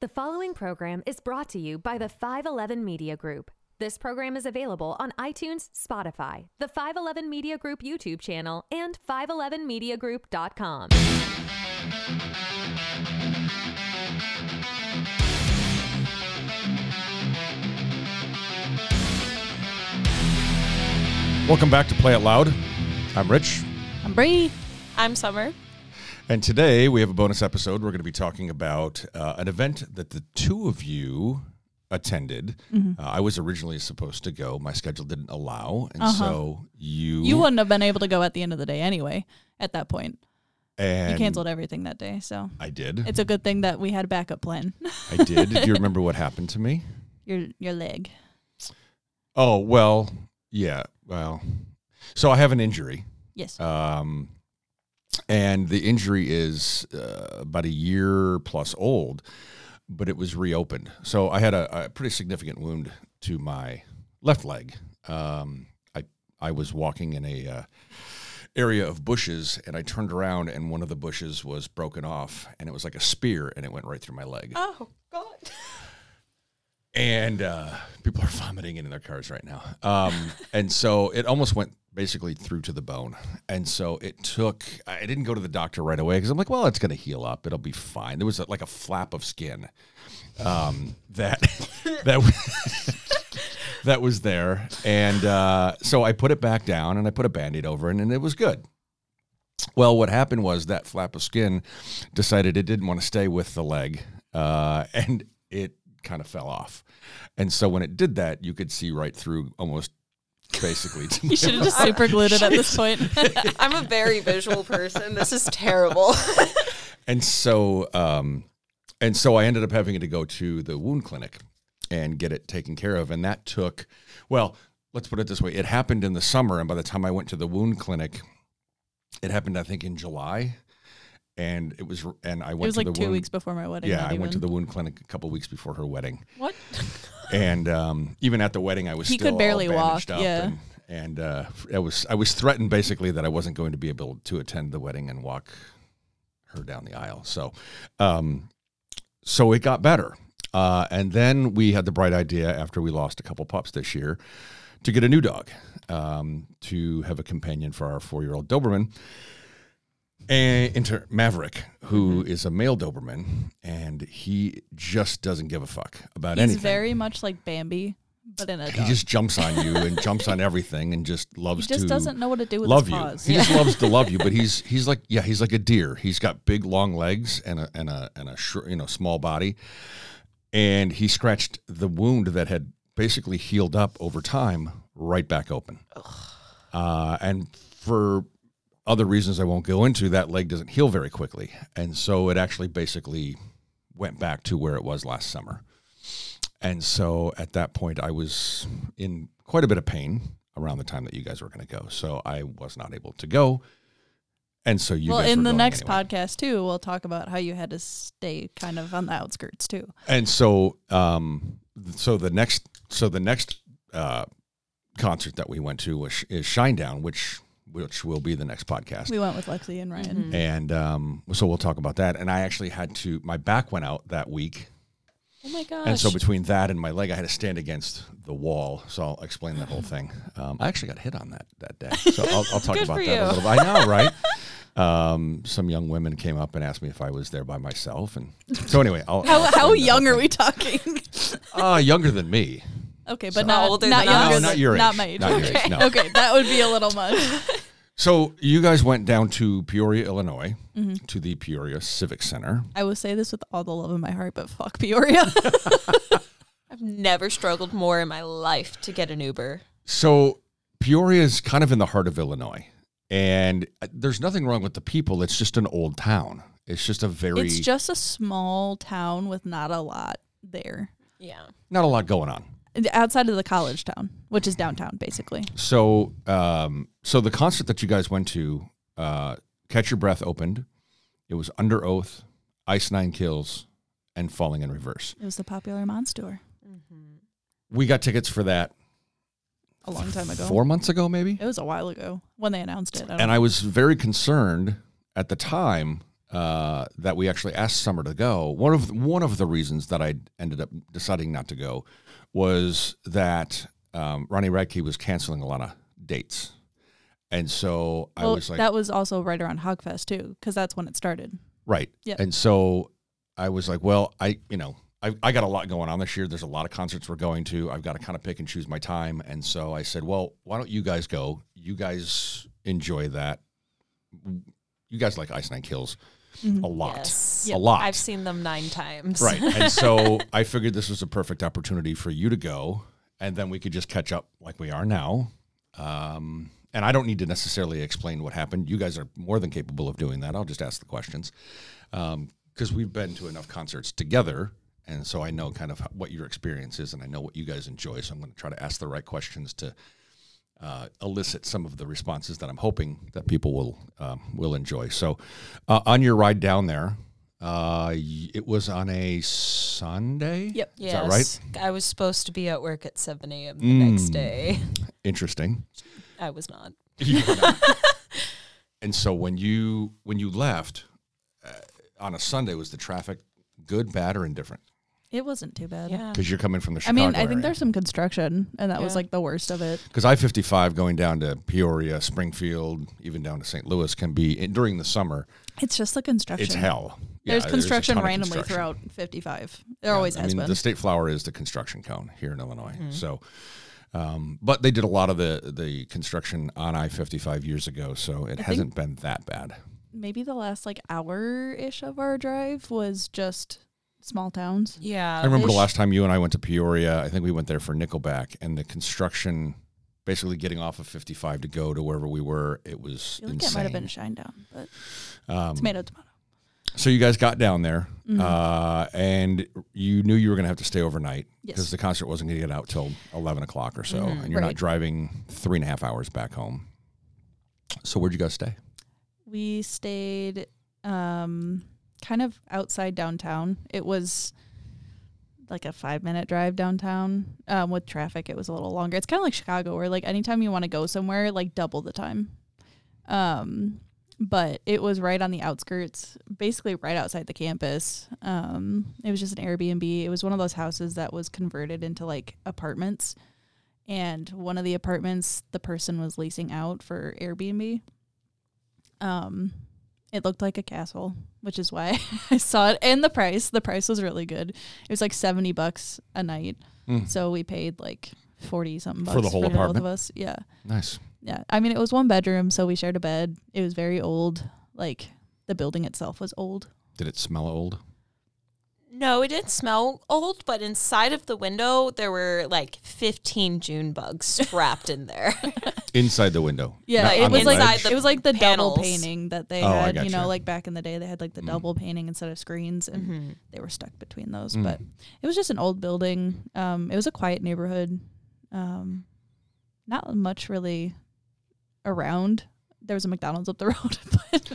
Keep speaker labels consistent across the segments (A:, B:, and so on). A: The following program is brought to you by the 511 Media Group. This program is available on iTunes, Spotify, the 511 Media Group YouTube channel, and 511mediagroup.com.
B: Welcome back to Play It Loud. I'm Rich,
C: I'm Bree.
D: I'm Summer.
B: and today we have a bonus episode. We're going to be talking about uh, an event that the two of you attended.
C: Mm-hmm.
B: Uh, I was originally supposed to go, my schedule didn't allow, and so you
C: Uh-huh. You wouldn't have been able to go at the end of the day anyway. At that point,
B: and
C: you canceled everything that day, so
B: I did.
C: it's a good thing that we had a backup plan.
B: I did. Do you remember what happened to me?
C: your your leg.
B: Oh well, yeah. Well, so I have an injury.
C: Yes.
B: Um, and the injury is uh, about a year plus old, but it was reopened. So I had a, a pretty significant wound to my left leg. Um, I I was walking in a uh, area of bushes, and I turned around, and one of the bushes was broken off, and it was like a spear, and it went right through my leg.
D: Oh God.
B: and uh, people are vomiting in their cars right now. Um, and so it almost went basically through to the bone. And so it took. I didn't go to the doctor right away because I'm like, well, it's going to heal up. It'll be fine. There was like a flap of skin um, that that was- that was there, and uh, so I put it back down and I put a band-aid over it, and it was good. Well, what happened was that flap of skin decided it didn't want to stay with the leg, uh, and it kind of fell off. And so when it did that, you could see right through almost basically. to my-
C: you should have just super glued it at this point.
D: I'm a very visual person. This is terrible.
B: and so, um, and so I ended up having to go to the wound clinic and get it taken care of, and that took. Well, let's put it this way: it happened in the summer, and by the time I went to the wound clinic, it happened I think in July, and it was and I
C: it
B: went
C: was
B: to
C: like
B: the
C: two
B: wound,
C: weeks before my wedding.
B: Yeah,
C: not
B: I went to
C: even.
B: the wound clinic a couple weeks before her wedding.
C: What?
B: and um, even at the wedding, I was
C: He
B: still
C: could
B: all
C: barely
B: bandaged
C: walk,
B: up
C: yeah.
B: and, and uh, I was I was threatened basically that I wasn't going to be able to attend the wedding and walk her down the aisle. So, um, so it got better, uh, and then we had the bright idea after we lost a couple pups this year to get a new dog um, to have a companion for our four year old Doberman. And into Maverick, who
C: Mm-hmm.
B: is a male Doberman, and he just doesn't give a fuck about
C: He's
B: anything
C: very much like Bambi, but in a
B: he
C: dog.
B: just jumps on you and jumps on everything and just
C: He
B: loves
C: just
B: to
C: doesn't know what to do with
B: love
C: his
B: you.
C: paws.
B: He just loves to love you, but he's he's like yeah, he's like a deer. He's got big long legs and a and a and a short, you know small body, and he scratched the wound that had basically healed up over time right back open. Uh, and for other reasons I won't go into, that leg doesn't heal very quickly, and so it actually basically went back to where it was last summer. And so at that point, I was in quite a bit of pain around the time that you guys were going to go. So I was not able to go. And so you
C: well,
B: guys
C: in
B: were
C: the
B: going
C: next
B: anyway.
C: podcast too, we'll talk about how you had to stay kind of on the outskirts too.
B: And so, um, so the next, so the next uh, concert that we went to was is Shinedown, which which will be the next podcast.
C: We went with Lexi and Ryan.
B: and um, so we'll talk about that. And I actually had to, my back went out that week
D: Oh my gosh.
B: And so between that and my leg, I had to stand against the wall. So I'll explain that whole thing. Um, I actually got hit on that that day. So I'll, I'll talk
D: Good
B: about
D: for
B: that a
D: you.
B: little bit. I know, right? Um, some young women came up and asked me if I was there by myself. And so anyway, I'll,
C: How
B: I'll
C: how
B: explain that
C: young
B: whole
C: are we talking?
B: thing. Uh, younger than me.
C: Okay, but
B: So-
C: not
D: Older
C: not
D: than us?
C: younger
D: No,
C: than-
B: not your
C: Not
B: age.
C: my age.
B: Not your age,
C: okay.
B: no.
C: okay, that would be a little much.
B: So you guys went down to Peoria, Illinois,
C: Mm-hmm.
B: to the Peoria Civic Center.
C: I will say this with all the love in my heart, but fuck Peoria.
D: I've never struggled more in my life to get an Uber.
B: So Peoria is kind of in the heart of Illinois, and uh, there's nothing wrong with the people. It's just an old town. It's just a very
C: it's just a small town with not a lot there
D: Yeah.
B: not a lot going on.
C: outside of the college town, which is downtown basically.
B: So, um, so the concert that you guys went to, uh, Catch Your Breath opened. It was Under Oath, Ice Nine Kills, and Falling in Reverse.
C: It was the popular monster
B: We got tickets for that
C: a long time ago.
B: four months ago, maybe.
C: Oh. It was a while ago when they announced it. I don't
B: And I was very concerned at the time uh, that we actually asked Summer to go. One of one of the reasons that I ended up deciding not to go was that um, Ronnie Radke was canceling a lot of dates, and so I
C: Well,
B: was like,
C: that was also right around Hogfest too, because that's when it started.
B: Right.
C: Yep.
B: And so I was like, well, I, you know, I, I got a lot going on this year. There's a lot of concerts we're going to. I've got to kind of pick and choose my time. And so I said, well, why don't you guys go? You guys enjoy that. You guys like Ice Nine Kills a lot.
D: Mm-hmm. Yes.
B: A lot.
D: I've seen them nine times.
B: Right. And so I figured this was a perfect opportunity for you to go. And then we could just catch up like we are now. Um, and I don't need to necessarily explain what happened. You guys are more than capable of doing that. I'll just ask the questions because we've been to enough concerts together. And so I know kind of what your experience is and I know what you guys enjoy. So I'm going to try to ask the right questions to uh, elicit some of the responses that I'm hoping that people will um, will enjoy. So, uh, on your ride down there, uh, y- it was on a Sunday.
C: Yep.
B: Is that right?
D: I was supposed to be at work at 7 a.m. the next
B: Mm.
D: day.
B: Interesting.
D: I was not.
B: and so when you when you left uh, on a Sunday, was the traffic good, bad, or indifferent?
C: It wasn't too bad.
D: Yeah.
B: Because you're coming from the
C: I
B: Chicago.
C: mean, I
B: area.
C: think there's some construction, and that was
D: Yeah.
C: like the worst of it.
B: because I 55 going down to Peoria, Springfield, even down to St. Louis can be and during the summer.
C: It's just the construction.
B: It's hell. Yeah,
C: there's
B: a
C: construction
B: ton of
C: randomly
B: construction.
C: throughout 55. There
B: Yeah,
C: always
B: I
C: has
B: mean,
C: been. Mm-hmm.
B: The state flower is the construction cone here in Illinois. So, um, but they did a lot of the the construction on I 55 years ago, so it
C: I Uh,
B: hasn't been that bad.
C: Maybe the last like hour ish of our drive was just small towns.
D: Yeah.
B: I remember the
C: ish.
B: last time you and I went to Peoria. I think we went there for Nickelback, and the construction, basically getting off of 55 to go to wherever we were, it was
C: I feel like it
B: insane.
C: might have been Shinedown, but
B: Um,
C: tomato, tomato. Mm-hmm.
B: So you guys got down there,
C: Mm.
B: uh, and you knew you were going to have to stay overnight
C: Yes. Mm-hmm.
B: because the concert wasn't going to get out till eleven o'clock or so,
D: Mhm.
B: and you're not
C: Right.
B: driving three and a half hours back home. So where'd you guys stay?
C: We stayed um, kind of outside downtown. It was like a five minute drive downtown. Um, with traffic, it was a little longer. It's kind of like Chicago, where like anytime you want to go somewhere, like double the time. Um, but it was right on the outskirts, basically right outside the campus. Um, it was just an Airbnb. It was one of those houses that was converted into like apartments. And one of the apartments, the person was leasing out for Airbnb. Um, it looked like a castle, which is why I saw it. And the price, the price was really good. It was like seventy bucks a night,
B: Mm.
C: so we paid like forty something bucks
B: Hmm. For the whole
C: both
B: apartment?
C: of us. Yeah,
B: Nice.
C: yeah. I mean, it was one bedroom, so we shared a bed. It was very old. Like the building itself was old.
B: Did it smell old?
D: No, it didn't smell old, but inside of the window, there were like 15 June bugs trapped in there.
B: Inside the window.
C: Yeah,
B: not
C: it
B: on
C: was
B: the
C: like
B: ledge? Mm.
D: inside the
C: it was like the
D: panels.
C: double painting that they
B: Oh, I
C: had. You know,
B: gotcha.
C: like back in the day, they had like the
B: Mm.
C: double painting instead of screens, and
D: Mhm.
C: they were stuck between those.
B: Mm.
C: But it was just an old building. Um, it was a quiet neighborhood. Um, not much really around. There was a McDonald's up the road, but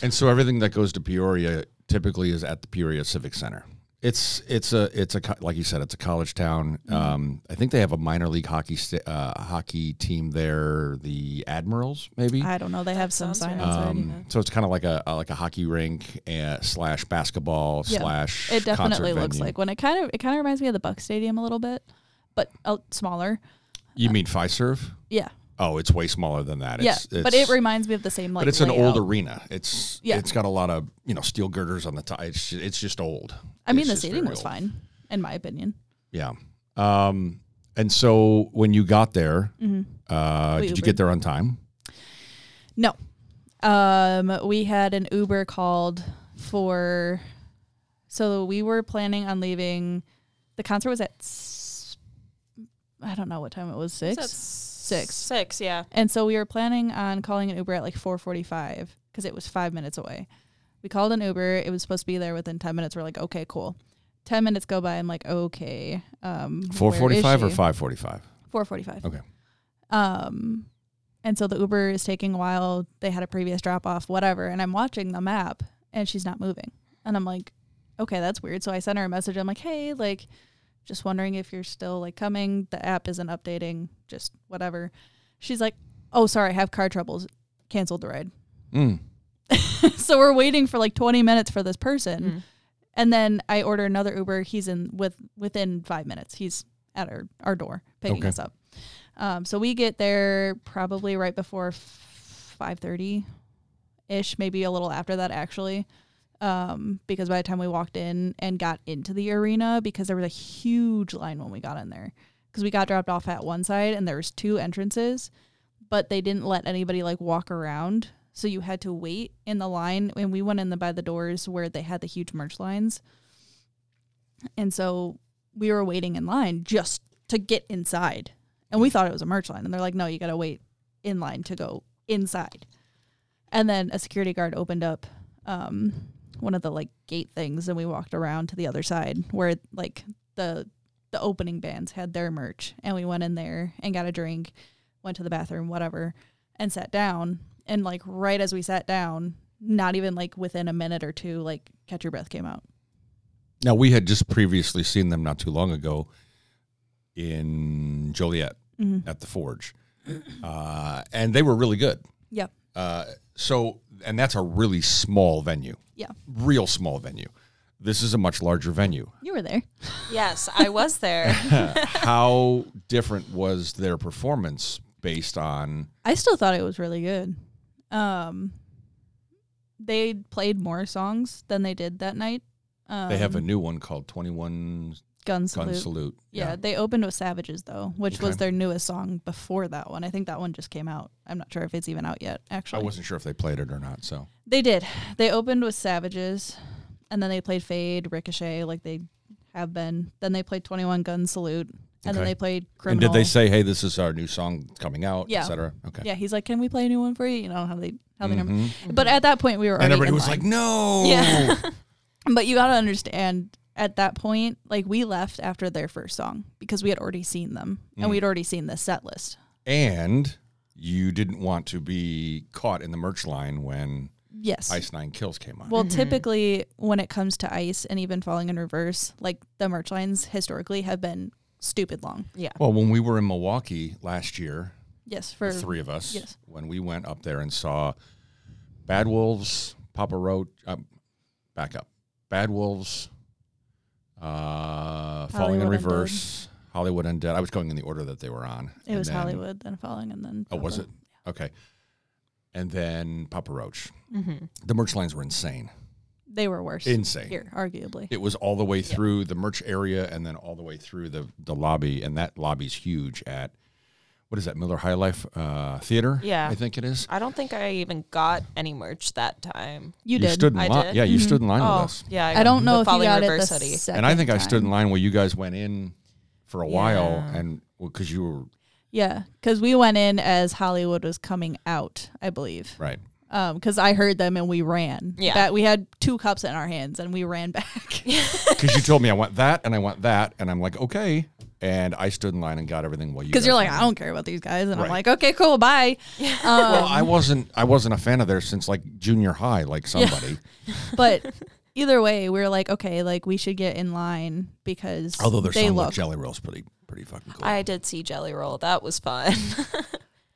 B: And so everything that goes to Peoria typically is at the Peoria Civic Center. It's it's a it's a co- like you said it's a college town.
C: Mm-hmm.
B: Um, I think they have a minor league hockey st- uh, hockey team there, the Admirals maybe.
C: I don't know. They have some
D: sounds
C: sign
D: right.
C: outside.
B: Mm. Um, so it's kind of like a, a- like a hockey rink uh, slash basketball
C: Yeah.
B: slash.
C: it definitely
B: concert
C: looks
B: venue.
C: like one. It kind of it kind of reminds me of the Buck Stadium a little bit, but uh, smaller.
B: You mean Fiserv?
C: Yeah,
B: Oh, it's way smaller than that.
C: yeah.
B: It's, it's,
C: but it reminds me of the same like.
B: but it's an
C: layout.
B: old arena. It's
C: Yeah.
B: it's got a lot of you know steel girders on the top. It's ju- it's just old.
C: I mean,
B: It's
C: the
B: just
C: seating
B: very
C: was
B: old.
C: fine, in my opinion.
B: Yeah. Um. And so when you got there,
C: Mm-hmm.
B: uh,
C: We
B: did you get
C: Ubered.
B: there on time?
C: No, um, we had an Uber called for, so we were planning on leaving. The concert was at, s- I don't know what time it was six.
D: Six.
C: Six.
D: Six, yeah.
C: And so we were planning on calling an Uber at like 4:45 because it was 5 minutes away. We called an Uber. It was supposed to be there within 10 minutes. We're like, "Okay, cool." 10 minutes go by. I'm like, "Okay." Um
B: Four forty-five or
C: five?
B: five forty-five?
C: 4:45.
B: Okay.
C: Um and so the Uber is taking a while. They had a previous drop off, whatever, and I'm watching the map and she's not moving. And I'm like, "Okay, that's weird." So I sent her a message. I'm like, "Hey, like just wondering if you're still like coming. The app isn't updating, just whatever." She's like, "Oh, sorry, I have car troubles. Canceled the ride."
B: Mm.
C: so we're waiting for like 20 minutes for this person. And then I order another Uber. He's in with within five minutes. He's at our, our door picking
B: Okay.
C: us up. Um, so we get there probably right before f- 5.30 ish, maybe a little after that actually. Um, because by the time we walked in and got into the arena, because there was a huge line when we got in there because we got dropped off at one side and there was two entrances but they didn't let anybody like walk around so you had to wait in the line and we went in the by the doors where they had the huge merch lines and so we were waiting in line just to get inside and we thought it was a merch line and they're like no you gotta wait in line to go inside and then a security guard opened up um, one of the like gate things and we walked around to the other side where like the the opening bands had their merch and we went in there and got a drink went to the bathroom whatever and sat down and like right as we sat down not even like within a minute or two like catch your breath came out
B: Now we had just previously seen them not too long ago in Joliet
C: Mm-hmm.
B: at the Forge, uh, and they were really good.
C: yep
B: Uh, so, and that's a really small venue,
C: yeah
B: real small venue. This is a much larger venue.
C: you were there
D: Yes, I was there.
B: How different was their performance based on?
C: I still thought it was really good. Um, they played more songs than they did that night. Um,
B: They have a new one called Twenty One
C: gun
B: Gun
C: salute.
B: Salute.
C: Yeah, they opened with Savages though, which was
B: Okay.
C: their newest song before that one. I think that one just came out. I'm not sure if it's even out yet.
B: I
C: Actually,
B: wasn't sure if they played it or not. So
C: They did. They opened with Savages, and then they played Fade, Ricochet, like they have been. Then they played Twenty One Gun Salute, and then
B: Okay.
C: they played Criminal.
B: And did they say, "Hey, this is our new song coming out,"
C: Yeah.
B: et cetera? Okay. Mm-hmm.
C: Yeah, he's like, "Can we play a new one for you?" You know how they how they. Number. But at that point, we were
B: And everybody
C: already in
B: was
C: line.
B: like, "No."
D: Yeah.
C: But you got to understand at that point, like we left after their first song because we had already seen them
B: Mm.
C: and we'd already seen the set list.
B: and you didn't want to be caught in the merch line when
C: Yes.
B: Ice Nine Kills came on.
C: Well, typically when it comes to ice and even falling in reverse, like the merch lines historically have been stupid long.
B: Well, when we were in Milwaukee last year,
C: Yes, for
B: the three of us,
C: yes.
B: when we went up there and saw Bad Wolves, Papa Roach, um, back up, Bad Wolves, uh, Falling in
C: Hollywood Undead.
B: Reverse, Hollywood Undead. I was going in the order that they were on.
C: it
B: And
C: was
B: then-
C: Hollywood, then falling, and then
B: Oh, was it?
C: Purple.
B: Okay. And then Papa Roach.
C: Mm-hmm.
B: The merch lines were insane.
C: They were worse
B: Insane.
C: here, arguably.
B: It was all the way through the merch area and then all the way through the, the lobby. And that lobby's huge at, what is that, Miller High Life uh, Theater?
D: Yeah.
B: I think it is.
D: I don't think I even got any merch that time.
C: You did.
B: stood in
D: I
B: line.
D: did.
B: Yeah, you stood in line
D: oh,
B: with us.
D: yeah.
C: I don't know
D: the
C: if you
D: Falling
C: got it the
D: Reverse hoodie.
C: second
B: And I think I stood
C: time.
B: in line while you guys went in for a while
D: Yeah.
B: and because you were,
C: Yeah, because we went in as Hollywood was coming out, I believe.
B: right.
C: because I heard them and we ran.
D: Yeah.
C: That we had two cups in our hands and we ran back.
B: Because you told me I want that and I want that. And I'm like, okay. And I stood in line and got everything while you
C: Because
B: guys
C: you're like,
B: went in.
C: I don't care about these guys, and I'm
B: Right.
C: like, okay, cool, bye. Um,
B: Well, I wasn't. I wasn't a fan of theirs since like junior high. Like somebody.
C: But either way, we were like, okay, like we should get in line because
B: Although their
C: they
B: song
C: look.
B: with Jelly Roll's pretty, pretty fucking cool.
D: I did see Jelly Roll. That was fun.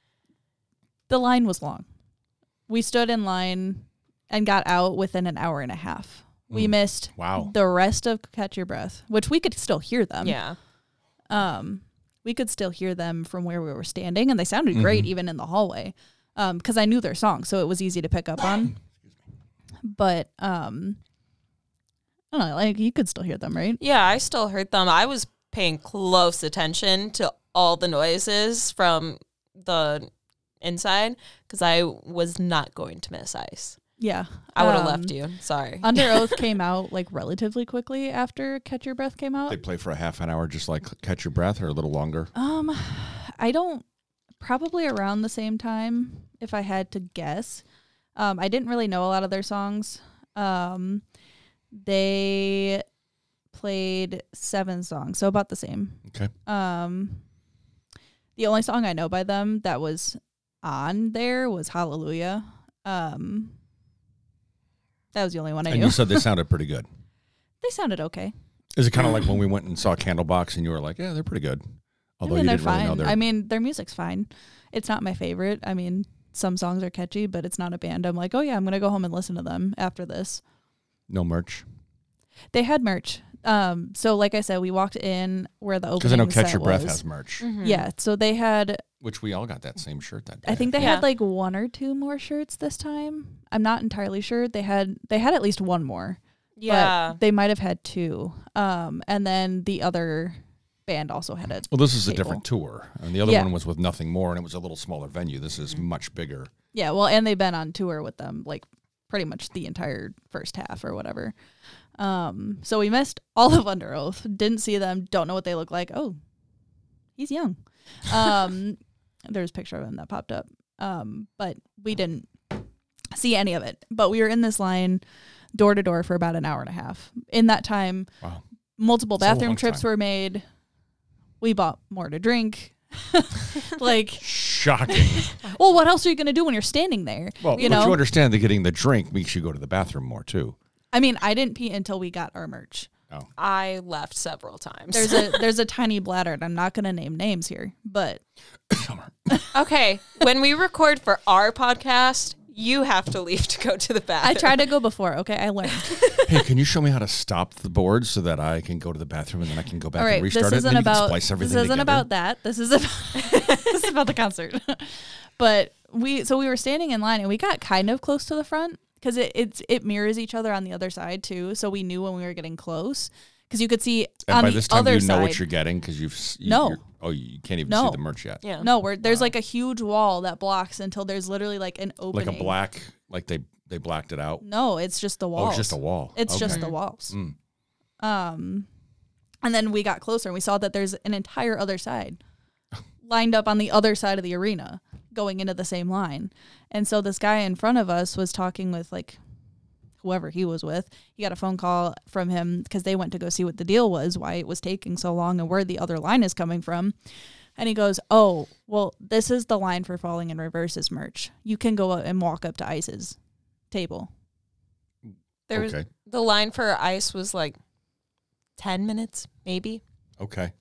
C: the line was long. We stood in line and got out within an hour and a half. We missed
B: Wow.
C: the rest of Catch Your Breath, which we could still hear them.
D: yeah.
C: um, we could still hear them from where we were standing, and they sounded great even in the hallway because I knew their song, so it was easy to pick up on. But um, I don't know, like you could still hear them, right?
D: Yeah, I still heard them. I was paying close attention to all the noises from the inside because I was not going to miss ice.
C: Yeah,
D: I would have
C: Um,
D: left you. Sorry.
C: Under Oath came out like relatively quickly after Catch Your Breath came out.
B: They play for a half an hour, just like catch your breath, or a little longer.
C: Um, I don't. Probably around the same time, if I had to guess. Um, I didn't really know a lot of their songs. Um, they played seven songs, so about the same.
B: Okay.
C: Um, the only song I know by them that was on there was Hallelujah. Um, that was the only one I
B: And
C: knew.
B: you said they sounded pretty good.
C: They sounded okay.
B: Is it kind of like when we went and saw Candlebox, and you were like, "Yeah, they're pretty good," although
C: I mean,
B: you
C: they're
B: didn't really
C: fine.
B: know their
C: I mean, their music's fine. It's not my favorite. I mean, some songs are catchy, but it's not a band. I'm like, oh yeah, I'm gonna go home and listen to them after this.
B: No merch
C: They had merch. Um, so like I said, we walked in where the opening
B: because I know Catch
C: set
B: Your Breath
C: was. Mm.
B: has merch,
D: Mm-hmm.
C: Yeah, so they had.
B: which we all got that same shirt that day.
C: I think they
D: Yeah.
C: had like one or two more shirts this time. I'm not entirely sure. They had they had at least one more. but
D: Yeah.
C: they might have had two. Um, and then the other band also had it.
B: Well, this is a
C: Table.
B: different tour, and the other
C: Yeah. Mm.
B: one was with nothing more, and it was a little smaller venue. This is much bigger.
C: Yeah, well, and they've been on tour with them like pretty much the entire first half or whatever. Um, so we missed all of Under Oath. Didn't see them. Don't know what they look like. Oh, he's young. Um, there's a picture of him that popped up. Um, but we didn't see any of it. But we were in this line door to door for about an hour and a half. In that time,
B: Wow.
C: multiple
B: That's a
C: bathroom
B: long
C: trips
B: time.
C: were made. We bought more to drink. like,
B: Shocking.
C: well, what else are you going to do when you're standing there?
B: Well,
C: you
B: but
C: know,
B: you understand that getting the drink makes you go to the bathroom more too.
C: I mean, I didn't pee until we got our merch.
B: Oh,
D: I left several times.
C: There's a there's a tiny bladder, and I'm not going to name names here, but
D: okay, when we record for our podcast, you have to leave to go to the
C: I
D: bathroom.
C: tried to go before. Okay, I learned.
B: hey, can you show me how to stop the board so that I can go to the bathroom and then I can go back
C: All right,
B: and
C: this
B: restart it? and
C: isn't
B: then you can
C: about this
B: splice everything
C: isn't
B: together?
C: about that. This is about this is about the concert. but we so we were standing in line, and we got kind of close to the front because it it's, it mirrors each other on the other side too. So we knew when we were getting close because you could see
B: and
C: on
B: by
C: the
B: this time,
C: other
B: you know
C: side.
B: what you're getting because you've s- you,
C: No.
B: you're- Oh, you can't even
C: No.
B: see the merch yet.
D: yeah.
C: no, we're, there's like a huge wall that blocks until there's literally like an
B: Like
C: opening.
B: a black, like they they blacked it out.
C: No, it's just the
B: Oh,
C: walls.
B: it's just a wall.
C: It's
B: Okay.
C: just the walls.
B: Mm.
C: Um, and then we got closer and we saw that there's an entire other side lined up on the other side of the arena going into the same line. And so this guy in front of us was talking with like whoever he was with. He got a phone call from him because they went to go see what the deal was, why it was taking so long, and where the other line is coming from. And he goes, Oh, well, this is the line for Falling in Reverse's merch. You can go out and walk up to Ice's table.
D: There was
B: Okay.
D: the line for ice was like ten minutes, maybe.
B: Okay.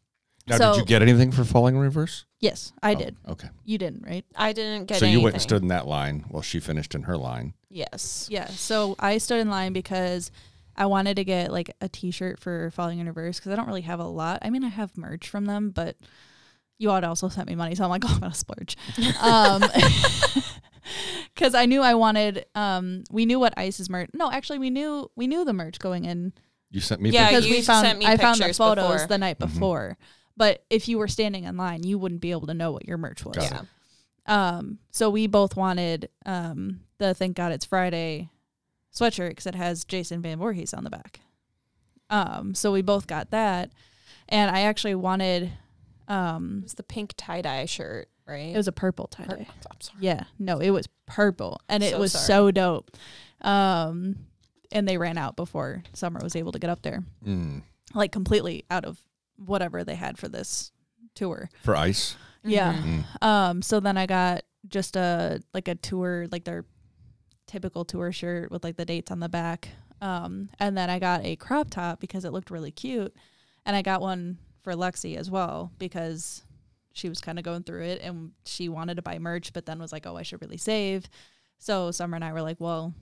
B: Now,
C: So-
B: did you get anything for falling in reverse?
C: Yes, I
B: Oh,
C: did.
B: Okay.
C: You didn't, right?
D: I didn't get.
B: so you went
D: anything.
B: and stood in that line while she finished in her line.
D: Yes.
C: Yeah. So I stood in line because I wanted to get like a T-shirt for Falling in Reverse because I don't really have a lot. I mean, I have merch from them, but you all had also sent me money, so I'm like, oh, I'm gonna splurge. um, because I knew I wanted. Um, we knew what Ice's merch. No, actually, we knew we knew the merch going in
B: You sent me.
D: Yeah,
B: pictures.
C: because
D: you
C: we found
D: sent me
C: I found the
D: pictures
C: photos
D: before.
C: the night before. But if you were standing in line, you wouldn't be able to know what your merch was.
B: Got
D: Yeah.
C: Um, so we both wanted um the Thank God It's Friday sweatshirt because it has Jason Van Voorhees on the back. Um, so we both got that, and I actually wanted
D: It
C: um
D: was the pink tie dye shirt, right?
C: it was a purple tie
D: Or-
C: dye.
D: I'm sorry.
C: Yeah, no, it was purple, and it
D: So
C: was
D: sorry.
C: so dope. Um, and they ran out before Summer was able to get up there,
B: Mm.
C: like completely out of whatever they had for this tour.
B: for ice.
C: Yeah.
B: Mm.
C: Um, so then I got just a like a tour, like their typical tour shirt with like the dates on the back. Um, and then I got a crop top because it looked really cute, and I got one for Lexi as well because she was kind of going through it and she wanted to buy merch, but then was like, "Oh, I should really save." So Summer and I were like, "Well,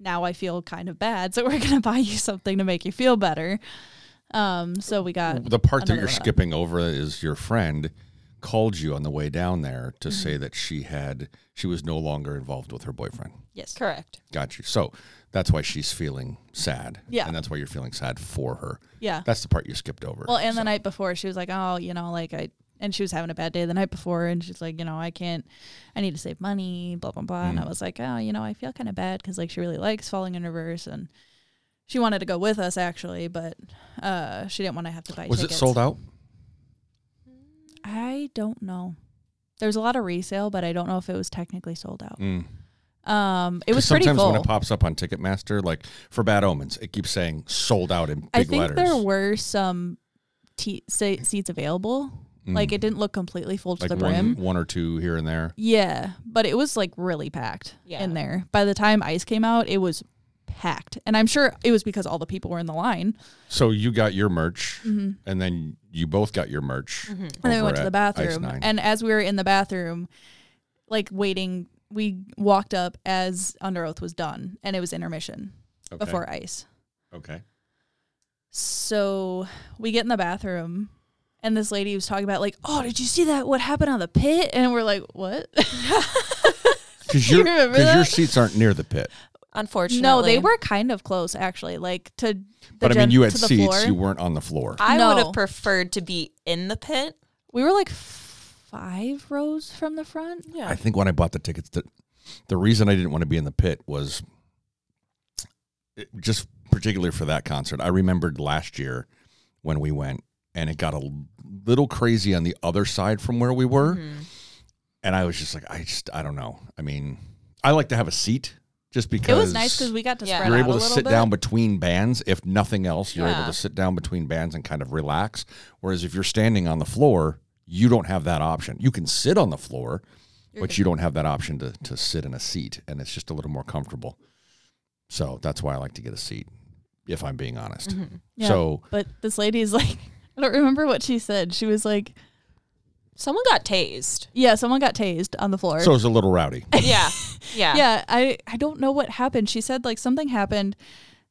C: now I feel kind of bad, so we're gonna buy you something to make you feel better." Um, so we got
B: The part that
C: another
B: you're
C: one.
B: skipping over is your friend called you on the way down there to say
C: Mm-hmm.
B: that she had she was no longer involved with her boyfriend.
C: yes,
D: Correct.
B: Got you. So that's why she's feeling sad.
C: Yeah.
B: And that's why you're feeling sad for her.
C: yeah.
B: That's the part you skipped over.
C: Well, and
B: So-
C: the night before, she was like, "Oh, you know, like I," and she was having a bad day the night before, and she's like, "You know, I can't, I need to save money, blah blah blah." And
B: Mm.
C: I was like, "Oh, you know, I feel kind of bad because like she really likes falling in reverse, and she wanted to go with us actually, but uh, she didn't want to have to buy.
B: was
C: tickets.
B: it sold out?
C: I don't know. There's a lot of resale, but I don't know if it was technically sold out.
B: Mm.
C: Um, it
B: 'Cause
C: was pretty
B: sometimes
C: full.
B: when it pops up on Ticketmaster, like for Bad Omens, it keeps saying sold out in big
C: I think
B: letters.
C: there were some te- se- seats available. Like it didn't look completely full to
B: Mm. like
C: the
B: one,
C: brim.
B: one or two here and there.
C: Yeah, but it was like really packed
D: Yeah.
C: in there. By the time Ice came out, it was packed, and I'm sure it was because all the people were in the line.
B: So you got your merch, and then you both got your merch.
C: Mm-hmm. And then we
B: over
C: went to the
B: at Ice
C: bathroom,
B: Nine.
C: and as we were in the bathroom, like waiting we walked up as Under Oath was done, and it was intermission
B: Okay.
C: before ice.
B: Okay.
C: So we get in the bathroom, and this lady was talking about like, "Oh, did you see that? What happened on the pit?" And we're like, "What?"
B: Because
C: You
B: your
C: remember
B: because your
C: that?
B: seats aren't near the pit.
D: Unfortunately,
C: no, they were kind of close actually, like to. The
B: But I mean,
C: gen-
B: you had
C: to the
B: seats.
C: floor. Oh.
B: You weren't on the floor.
D: I
C: No.
D: would have preferred to be in the pit.
C: we were like five rows from the front.
D: Yeah.
B: I think when I bought the tickets, the, the reason I didn't want to be in the pit was it- just particularly for that concert. I remembered last year when we went and it got a little crazy on the other side from where we were.
C: Mm-hmm.
B: And I was just like, I just, I don't know. I mean, I like to have a seat just
C: It
B: because
C: was nice because we got to
D: Yeah.
C: spread
B: you're
C: out
B: able
C: a
B: to
C: little
B: sit
C: bit.
B: down between bands. If nothing else, you're able
D: Yeah.
B: to sit down between bands and kind of relax. Whereas if you're standing on the floor, you don't have that option. You can sit on the floor, but you don't have that option to, to sit in a seat, and it's just a little more comfortable. So that's why I like to get a seat, if I'm being honest.
C: Yeah.
B: So
C: But this lady is like, I don't remember what she said. She was like,
D: Someone got tased.
C: "Yeah, someone got tased on the floor."
B: so it's a little rowdy.
D: Yeah. Yeah.
C: yeah, I I don't know what happened. She said like something happened.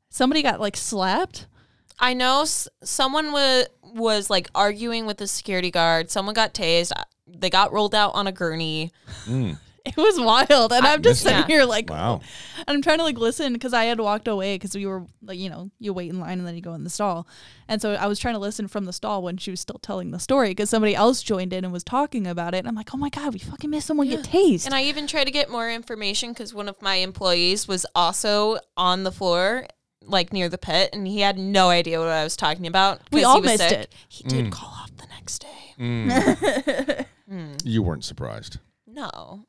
C: Somebody got like slapped.
D: I know s- someone was was like arguing with the security guard. Someone got tased. They got rolled out on a gurney.
C: It was wild, and I, am just
B: missed
C: sitting
D: that.
C: here like,
B: Wow.
C: and I'm trying to like listen because I had walked away because we were like, you know, you wait in line and then you go in the stall, and so I was trying to listen from the stall when she was still telling the story because somebody else joined in and was talking about it, and I'm like, oh my god, we fucking missed someone get tased.
D: And I even tried to get more information because one of my employees was also on the floor, like near the pit, and he had no idea what I was talking about. 'cause
C: We
D: he
C: all
D: was
C: missed
D: sick.
C: it.
D: He did
B: Mm.
D: call off the next day.
B: You weren't surprised.
D: No.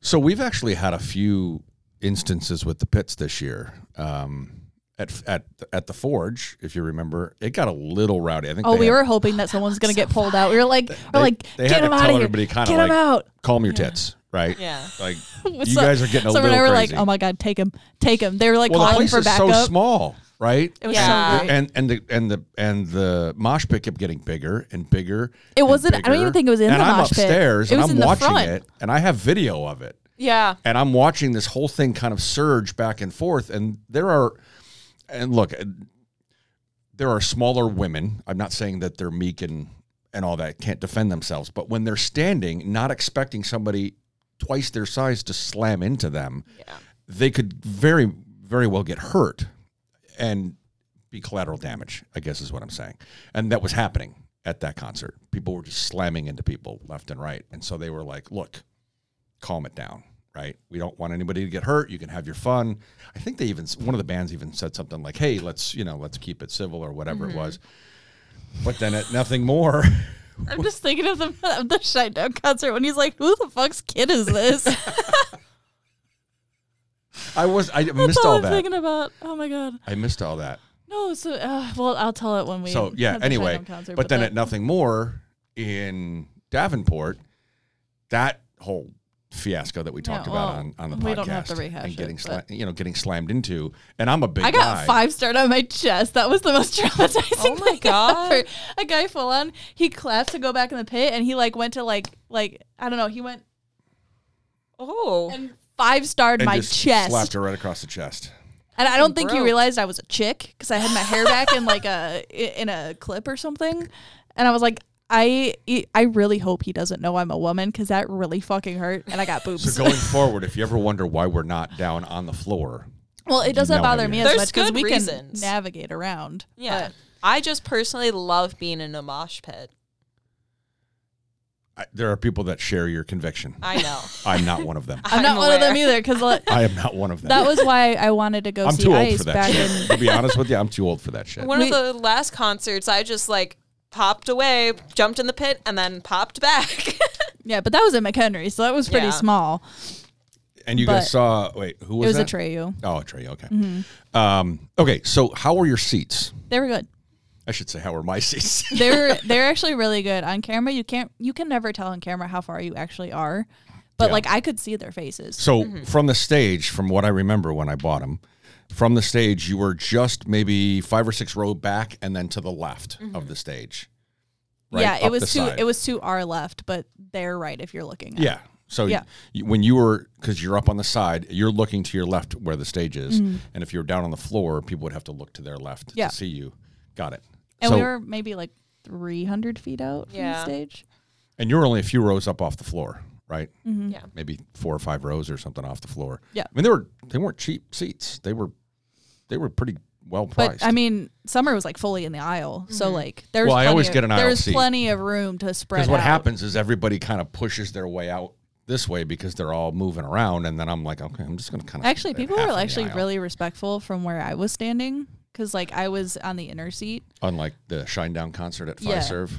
B: So we've actually had a few instances with the pits this year. Um, at, at at the forge, if you remember, it got a little rowdy. I think.
C: Oh,
B: they
C: we
B: had-
C: were hoping that someone's gonna get pulled out. We were like, we're
B: They-
C: like,
B: they had
C: get
B: to
C: him out
B: tell
C: of here,
B: everybody
C: get
B: kinda
C: him
B: like-
C: out.
B: calm your tits, right?
D: Yeah.
B: Like you
C: So-
B: guys are getting a
C: Some
B: little
C: and I were
B: crazy.
C: like, oh my god, take him, take him. They were like
B: well, the
C: calling
B: place
C: for
B: is
C: backup.
B: so small, right?
C: It was
D: Yeah.
C: so great.
B: And and the and the and the mosh pit kept getting bigger and bigger.
C: It
B: and
C: wasn't- I don't
B: bigger.
C: even think it was in
B: and
C: the
B: I'm
C: mosh pit.
B: upstairs
C: It
B: and
C: was
B: I'm
C: in the
B: watching
C: front.
B: it, and I have video of it,
D: Yeah.
B: and I'm watching this whole thing kind of surge back and forth, and there are, and look, there are smaller women. I'm not saying that they're meek and and all that can't defend themselves, but when they're standing, not expecting somebody twice their size to slam into them, they could very very well get hurt and be collateral damage. I guess is what I'm saying, and that was happening at that concert. People were just slamming into people left and right, and so they were like, "Look, calm it down." Right, we don't want anybody to get hurt. You can have your fun. I think they even one of the bands even said something like, "Hey, let's you know let's keep it civil or whatever
C: Mm-hmm.
B: it was." But then at nothing more.
C: I'm just thinking of the of the Shinedown concert when he's like, "Who the fuck's kid is this?" That's
B: I was I missed
C: all
B: all,
C: I'm
B: that.
C: thinking about. Oh my god,
B: I missed all that.
C: no. So, uh, well, I'll tell it when we.
B: So yeah.
C: have the
B: Anyway,
C: Shinedown concert,
B: but, then
C: that-
B: at nothing more in Davenport, that whole fiasco that we talked
C: Yeah,
B: about
C: well,
B: on, on the podcast
C: we don't have to rehash
B: and getting
C: it,
B: sla-
C: but-
B: you know getting slammed into, and I'm a big
C: I got
B: guy.
C: five starred on my chest. That was the most traumatizing
D: Oh my
C: thing
D: God.
C: ever. A guy full on, he collapsed to go back in the pit, and he like went to like like I don't know. He went
D: Oh.
C: and five starred
B: and
C: my
B: just
C: chest.
B: slapped her right across the chest.
C: And I don't think he
D: broke.
C: realized I was a chick because I had my hair back in like a in a clip or something, and I was like, I I really hope he doesn't know I'm a woman because that really fucking hurt, and I got boobs.
B: So going forward, if you ever wonder why we're not down on the floor,
C: well, it doesn't
B: No
C: bother
B: idea.
C: me as
D: There's
C: much because
D: good
C: we
D: reasons.
C: can navigate around.
D: yeah.
C: but
D: I just personally love being in a mosh pit.
B: I, there are people that share your conviction.
D: I know.
B: I'm not one of them.
C: I'm not one of them
D: aware.
C: either because
B: I am not one of them.
C: that was why I wanted to go
B: I'm
C: see
B: too old
C: Ice
B: for that
C: back in.
B: shit. to be honest with you, I'm too old for that shit.
D: One
C: We-
D: of the last concerts, I just like popped away, jumped in the pit, and then popped back.
C: Yeah, but that was in McHenry, so that was pretty
D: Yeah.
C: small.
B: And you
C: But-
B: guys saw wait, who was
C: it was Mm-hmm.
B: that?
C: Atreyu.
B: Oh, Atreyu. Okay. Um, okay. So, how were your seats?
C: They were good.
B: I should say, how were my seats?
C: they're they're actually really good on camera. You can't you can never tell on camera how far you actually are, but
B: Yeah.
C: like I could see their faces.
B: so, from the stage, from what I remember when I bought them, from the stage, you were just maybe five or six row back, and then to the left
C: Mm-hmm.
B: of the stage.
C: yeah,
B: Up
C: it was
B: the
C: to
B: side.
C: it was to our left, but they're right if you're looking. Up.
B: Yeah. So
C: Yeah.
B: y- when you were, because you're up on the side, you're looking to your left where the stage is, and if you're down on the floor, people would have to look to their left
C: Mm-hmm. Yeah.
B: to see you. Got it.
C: And
B: so,
C: we were maybe like 300 feet out from the
D: Yeah.
C: stage.
B: and you're only a few rows up off the floor, right?
C: Mhm.
D: Yeah.
B: Maybe four or five rows or something off the floor.
C: Yeah.
B: I mean, they were they weren't cheap seats. They were they were pretty well
C: But
B: priced.
C: I mean, Summer was like fully in the aisle, so like there's
B: Well, I
C: plenty
B: always
C: of,
B: get an aisle
C: there's
B: seat.
C: plenty of room to spread.
B: Because what
C: out.
B: happens is everybody kind of pushes their way out this way because they're all moving around, and then I'm like, okay, I'm just gonna kind of
C: Actually, people were actually really respectful from where I was standing because like I was on the inner seat.
B: unlike the Shine Down concert at
C: Yeah.
B: Fiserv.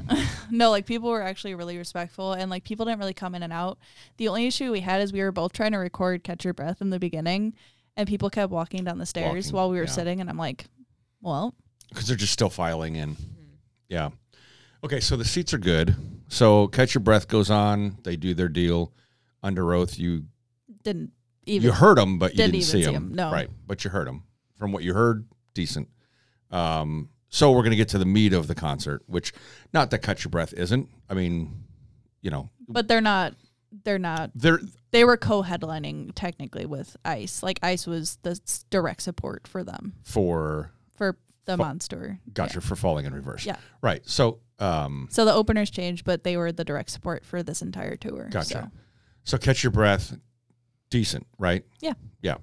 C: No, like people were actually really respectful and like people didn't really come in and out. The only issue we had is we were both trying to record Catch Your Breath in the beginning and people kept walking down the stairs
B: Walking,
C: while we were
B: yeah.
C: sitting and I'm like, well,
B: because they're just still filing in.
C: Mm-hmm.
B: Yeah. Okay, so the seats are good. So catch your breath goes on. They do their deal. Under oath, you
C: didn't even
B: you heard them, but you
C: didn't
B: didn't,
C: even
B: see
C: see
B: them.
C: 'em, no.
B: right? But you heard them. From what you heard, decent. Um, so we're gonna get to the meat of the concert, which not that catch your breath isn't. I mean, you know,
C: but they're not they're not
B: they're
C: they were co-headlining technically with Ice. Like Ice was the s- direct support for them
B: for
C: for the
B: Fu-
C: monster.
B: gotcha for falling in reverse.
C: Yeah.
B: Right. So um,
C: So the openers changed, but they were the direct support for this entire tour.
B: Gotcha.
C: So.
B: So catch your breath, decent, right?
C: Yeah.
B: Yeah.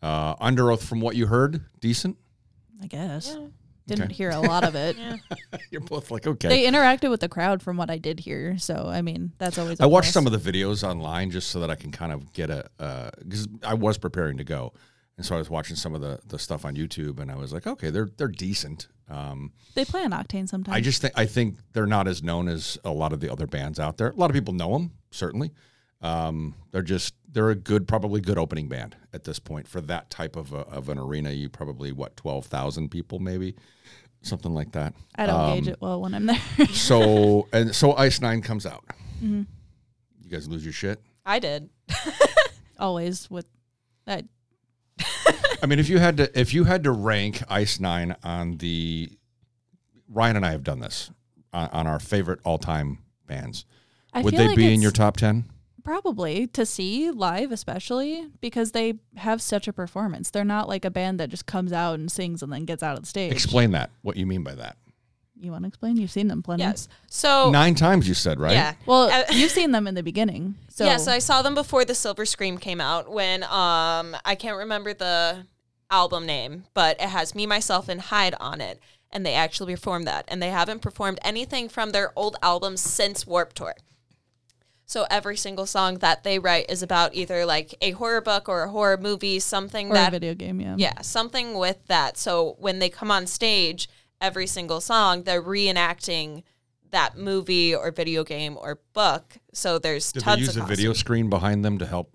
B: Uh, under oath, from what you heard, decent.
C: I guess.
D: Yeah.
C: Didn't
B: Okay.
C: hear a lot of it.
B: You're both like, okay.
C: They interacted with the crowd from what I did hear. So, I mean, that's always. I
B: I watched some of the videos online just so that I can kind of get a because I was preparing to go, and so I was watching some of the the stuff on YouTube, and I was like, okay, they're they're decent. Um,
C: They play on Octane sometimes.
B: I just think I think they're not as known as a lot of the other bands out there. A lot of people know them, certainly. Um, they're just they're a good, probably good opening band at this point for that type of a, of an arena. You probably what twelve thousand people, maybe something like that.
C: I don't
B: Um,
C: gauge it well when I'm there.
B: So and so, Ice Nine comes out. Mm-hmm. You guys lose your shit.
D: I did.
C: Mm-hmm. always with that.
B: I mean, if you had to, if you had to rank Ice Nine on the, Ryan and I have done this on, on our favorite all time bands.
C: I
B: Would
C: feel
B: they
C: like
B: be in
C: it's
B: your top ten?
C: probably to see live, especially because they have such a performance. They're not like a band that just comes out and sings and then gets out of the stage.
B: Explain that. What you mean by that?
C: You want to explain? You've seen them plenty.
D: Yes.
C: Oh.
D: So
B: Nine times you said, right?
D: yeah.
C: Well,
D: Uh,
C: you've seen them in the beginning. So
D: yeah, so I saw them before the Silver Scream came out when um I can't remember the album name, but it has me myself and Hyde on it and they actually performed that and they haven't performed anything from their old albums since Warp Tour. So every single song that they write is about either like a horror book or a horror movie, something
C: or a
D: that
C: video game, yeah.
D: yeah, something with that. So when they come on stage, every single song they're reenacting that movie or video game or book. So there's
B: Did
D: tons
B: they use
D: of
B: a
D: costumes.
B: video screen behind them to help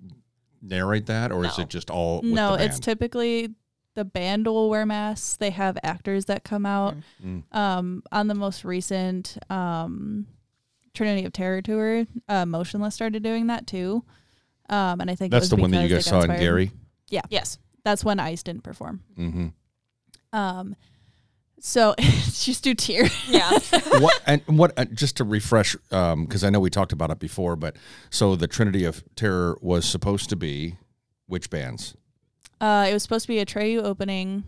B: narrate that, or is
D: No.
B: it just all? With
C: no,
B: the
C: it's
B: band?
C: typically the band will wear masks. They have actors that come out.
D: Mm.
B: Mm.
C: Um, on the most recent um, Trinity of Terror tour, uh, Motionless started doing that too. Um, and I think it
B: that's
C: was
B: the one that you guys
C: because they
B: saw
C: got
B: in
C: inspired.
B: Gary.
D: Yes.
C: That's when Ice didn't perform.
B: Mm-hmm.
C: Um, so it's just do tear.
D: Yeah.
B: what and what? Uh, just to refresh, because I know we talked about it before, but so the Trinity of Terror was supposed to be which bands?
C: Uh, it was supposed to be a Treyu opening,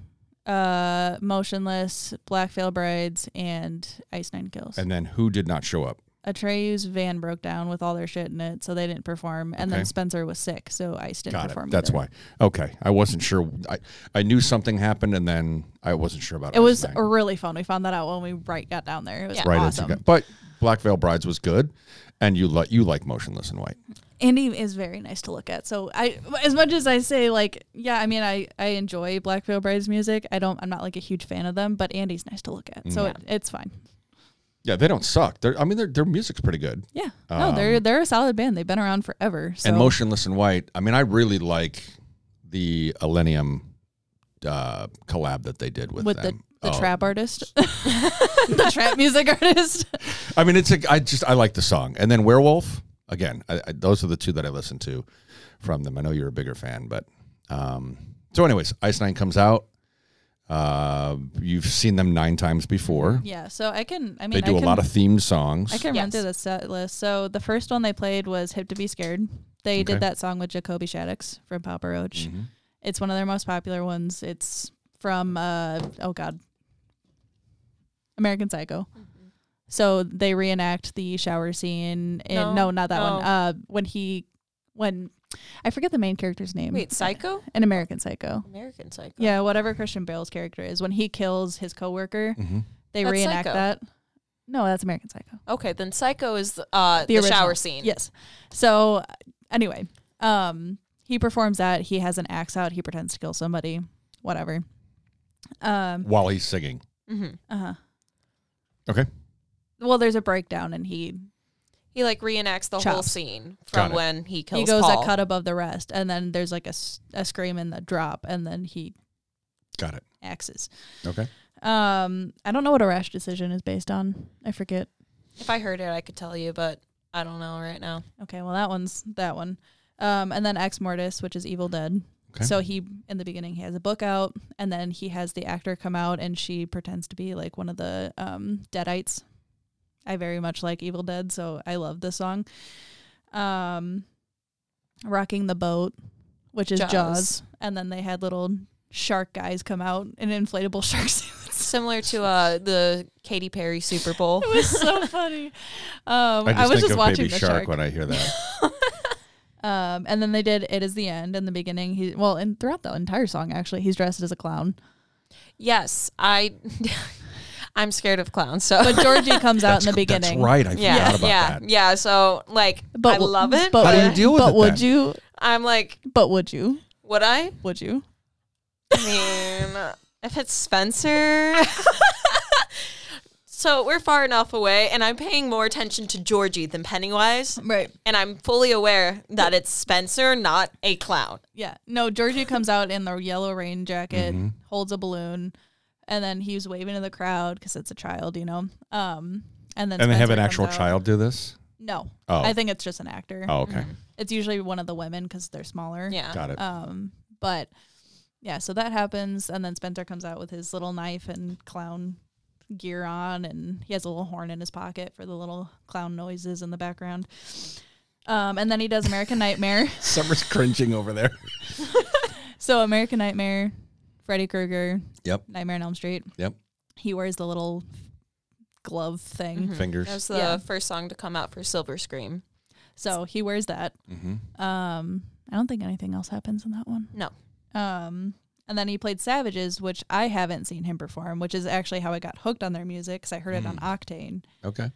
C: uh, Motionless, Black Veil Brides, and Ice Nine Kills.
B: And then who did not show up?
C: Atreyu's van broke down with all their shit in it, so they didn't perform. And
B: Okay.
C: then Spencer was sick, so Ice didn't
B: Got
C: perform.
B: it. That's
C: either.
B: why. Okay, I wasn't sure. I, I knew something happened, and then I wasn't sure about it.
C: It was
B: last night.
C: really fun. We found that out when we right got down there. It was
D: Yeah.
B: right as you
C: awesome.
B: got, but Black Veil Brides was good, and you like you like Motionless and White.
C: Andy is very nice to look at. So I, as much as I say like, yeah, I mean, I I enjoy Black Veil Brides music. I don't. I'm not like a huge fan of them, but Andy's nice to look at,
B: Mm.
C: so it, it's fine.
B: Yeah, they don't suck. They're, I mean, their their music's pretty good.
C: Yeah. No, they're they're a solid band. They've been around forever. So
B: Um, And Motionless and White. I mean, I really like the Millennium uh, collab that they did with,
C: with the
B: them.
C: the
B: Oh,
C: trap artist, the trap music artist.
B: I mean, it's a. I just I like the song, and then Werewolf again. I, I, those are the two that I listen to from them. I know you're a bigger fan, but um, so anyways, Ice Nine comes out. Uh, you've seen them nine times before.
C: Yeah. So I can. I mean,
B: they do
C: I
B: a
C: can,
B: lot of themed songs.
C: I can run
D: Yes.
C: through the set list. So the first one they played was "Hip to Be Scared." They
B: Okay.
C: did that song with Jacoby Shaddix from Papa Roach.
B: Mhm.
C: It's one of their most popular ones. It's from uh oh god. American Psycho.
D: Mm-hmm.
C: So they reenact the shower scene in
D: No,
C: no, not that
D: no.
C: one. Uh when he when I forget the main character's name.
D: Wait, Psycho? Oh.
C: An American Psycho.
D: American Psycho.
C: Yeah, whatever Christian Bale's character is. When he kills his coworker,
B: Mhm.
C: they
D: That's
C: reenact
D: Psycho.
C: that. No, that's American Psycho.
D: Okay, then Psycho is uh, the,
C: The
D: shower
C: original.
D: scene.
C: Yes. So uh, anyway, um, he performs that. He has an axe out. He pretends to kill somebody. Whatever. Um.
B: While he's singing.
D: Mhm.
C: Uh-huh.
B: Okay.
C: Well, there's a breakdown, and he
D: He like reenacts the whole
C: Chops.
D: scene
B: Got
D: from
B: it.
D: when he kills
C: he goes
D: Paul.
C: a cut above the rest, and then there's like a, s- a scream and the drop, and then he
B: Got it.
C: axes.
B: Okay.
C: Um. I don't know what a rash decision is based on. I forget.
D: If I heard it, I could tell you, but I don't know right now.
C: Okay. Well, that one's that one. Um. And then ex mortis, which is Evil Dead.
B: Okay.
C: So he in the beginning he has a book out and then he has the actor come out and she pretends to be like one of the um deadites. I very much like Evil Dead, so I love this song. Um Rocking the Boat, which is
D: Jaws.
C: Jaws. And then they had little shark guys come out in inflatable shark suits.
D: Similar to uh, the Katy Perry Super Bowl.
C: it was so funny. Um
B: I
C: I,
B: just
C: was
B: think
C: just
B: of
C: watching
B: Baby
C: the
B: Shark
C: shark.
B: when I hear that.
C: Um, and then they did "It Is the End" in the beginning. He well, and throughout the entire song, actually, he's dressed as a clown.
D: yes, I. I'm scared of clowns, so
C: But Georgie comes out in the beginning.
B: That's right. I
D: yeah,
B: forgot about
D: yeah,
B: that.
D: yeah. So like, I
C: w-
D: love it.
C: But
B: How
D: But
B: do you
C: would-
B: deal with
C: But
B: it
C: would
B: then?
C: you?
D: I'm like,
C: But would you?
D: would I?
C: Would you?
D: I mean, if it's Spencer. so we're far enough away, and I'm paying more attention to Georgie than Pennywise,
C: Right.
D: and I'm fully aware that it's Spencer, not a clown.
C: Yeah. No. Georgie comes out in the yellow rain jacket,
B: Mm-hmm.
C: holds a balloon, and then he's waving to the crowd because it's a child, you know. Um. And then
B: And they have
C: Spencer
B: an
C: comes
B: actual
C: out.
B: child do this?
C: No.
B: Oh.
C: I think it's just an actor.
B: Oh, okay.
C: It's usually one of the women because they're smaller.
D: Yeah.
B: Got it.
C: Um. But yeah, so that happens, and then Spencer comes out with his little knife and clown gear on, and he has a little horn in his pocket for the little clown noises in the background. Um, and then he does American Nightmare.
B: Summer's cringing over there.
C: So American Nightmare, Freddy Krueger,
B: Yep.
C: Nightmare on Elm Street.
B: Yep.
C: He wears the little glove thing,
B: Fingers.
D: That was the
C: Yeah.
D: first song to come out for Silver Scream.
C: so he wears that.
B: Mm-hmm.
C: Um, I don't think anything else happens in that one.
D: No.
C: Um, and then he played Savages, which I haven't seen him perform, which is actually how I got hooked on their music because I heard it on
B: Mm.
C: Octane
B: Okay.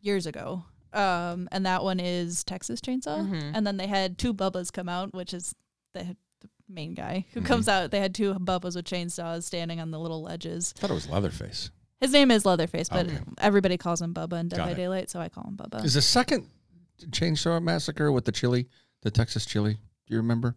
C: years ago. Um, and that one is Texas Chainsaw.
D: Mhm.
C: And then they had two Bubbas come out, which is the, the main guy who
B: Mhm.
C: comes out. They had two Bubbas with chainsaws standing on the little ledges.
B: thought it was Leatherface.
C: His name is Leatherface, but
B: Okay.
C: everybody calls him Bubba in Dead
B: Got
C: by
B: it.
C: Daylight, so I call him Bubba.
B: Is the second Chainsaw Massacre with the chili, the Texas chili? Do you remember?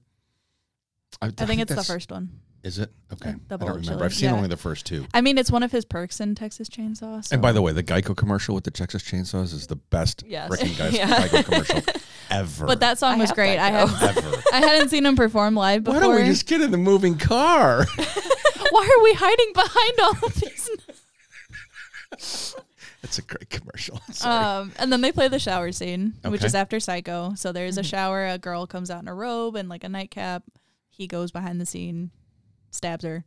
C: I think it's the
B: that's-
C: first one.
B: Is it? Okay.
C: The
B: I don't
C: bullet
B: remember.
C: chili,
B: I've seen
C: yeah.
B: only the first two.
C: I mean, it's one of his perks in Texas Chainsaw. So.
B: And by the way, the Geico commercial with the Texas chainsaws is the best
D: Yes.
B: freaking guys
D: Yeah.
B: Geico commercial ever.
C: but that song
D: I
C: was
D: have
C: great.
D: Geico.
C: I have
B: ever.
C: I hadn't seen him perform live
B: Why
C: before.
B: don't we just get in the moving car?
C: Why are we hiding behind all of these?
B: That's a great commercial. Sorry.
C: um, and then they play the shower scene, which
B: Okay.
C: is after Psycho. So there's a shower. A girl comes out in a robe and like a nightcap. He goes behind the scene, stabs her.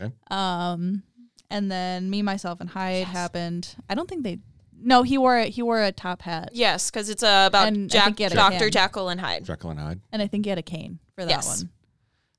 B: Okay.
C: Um, and then me, myself, and Hyde happened. I don't think they. No, he wore a, he wore a top hat,
D: Yes, because it's uh, about
C: And I
D: Jack,
C: think it-
D: Dr.
C: him.
D: Jackal and Hyde.
B: Jekyll and Hyde.
C: and I think he had a cane for that
D: Yes.
C: one.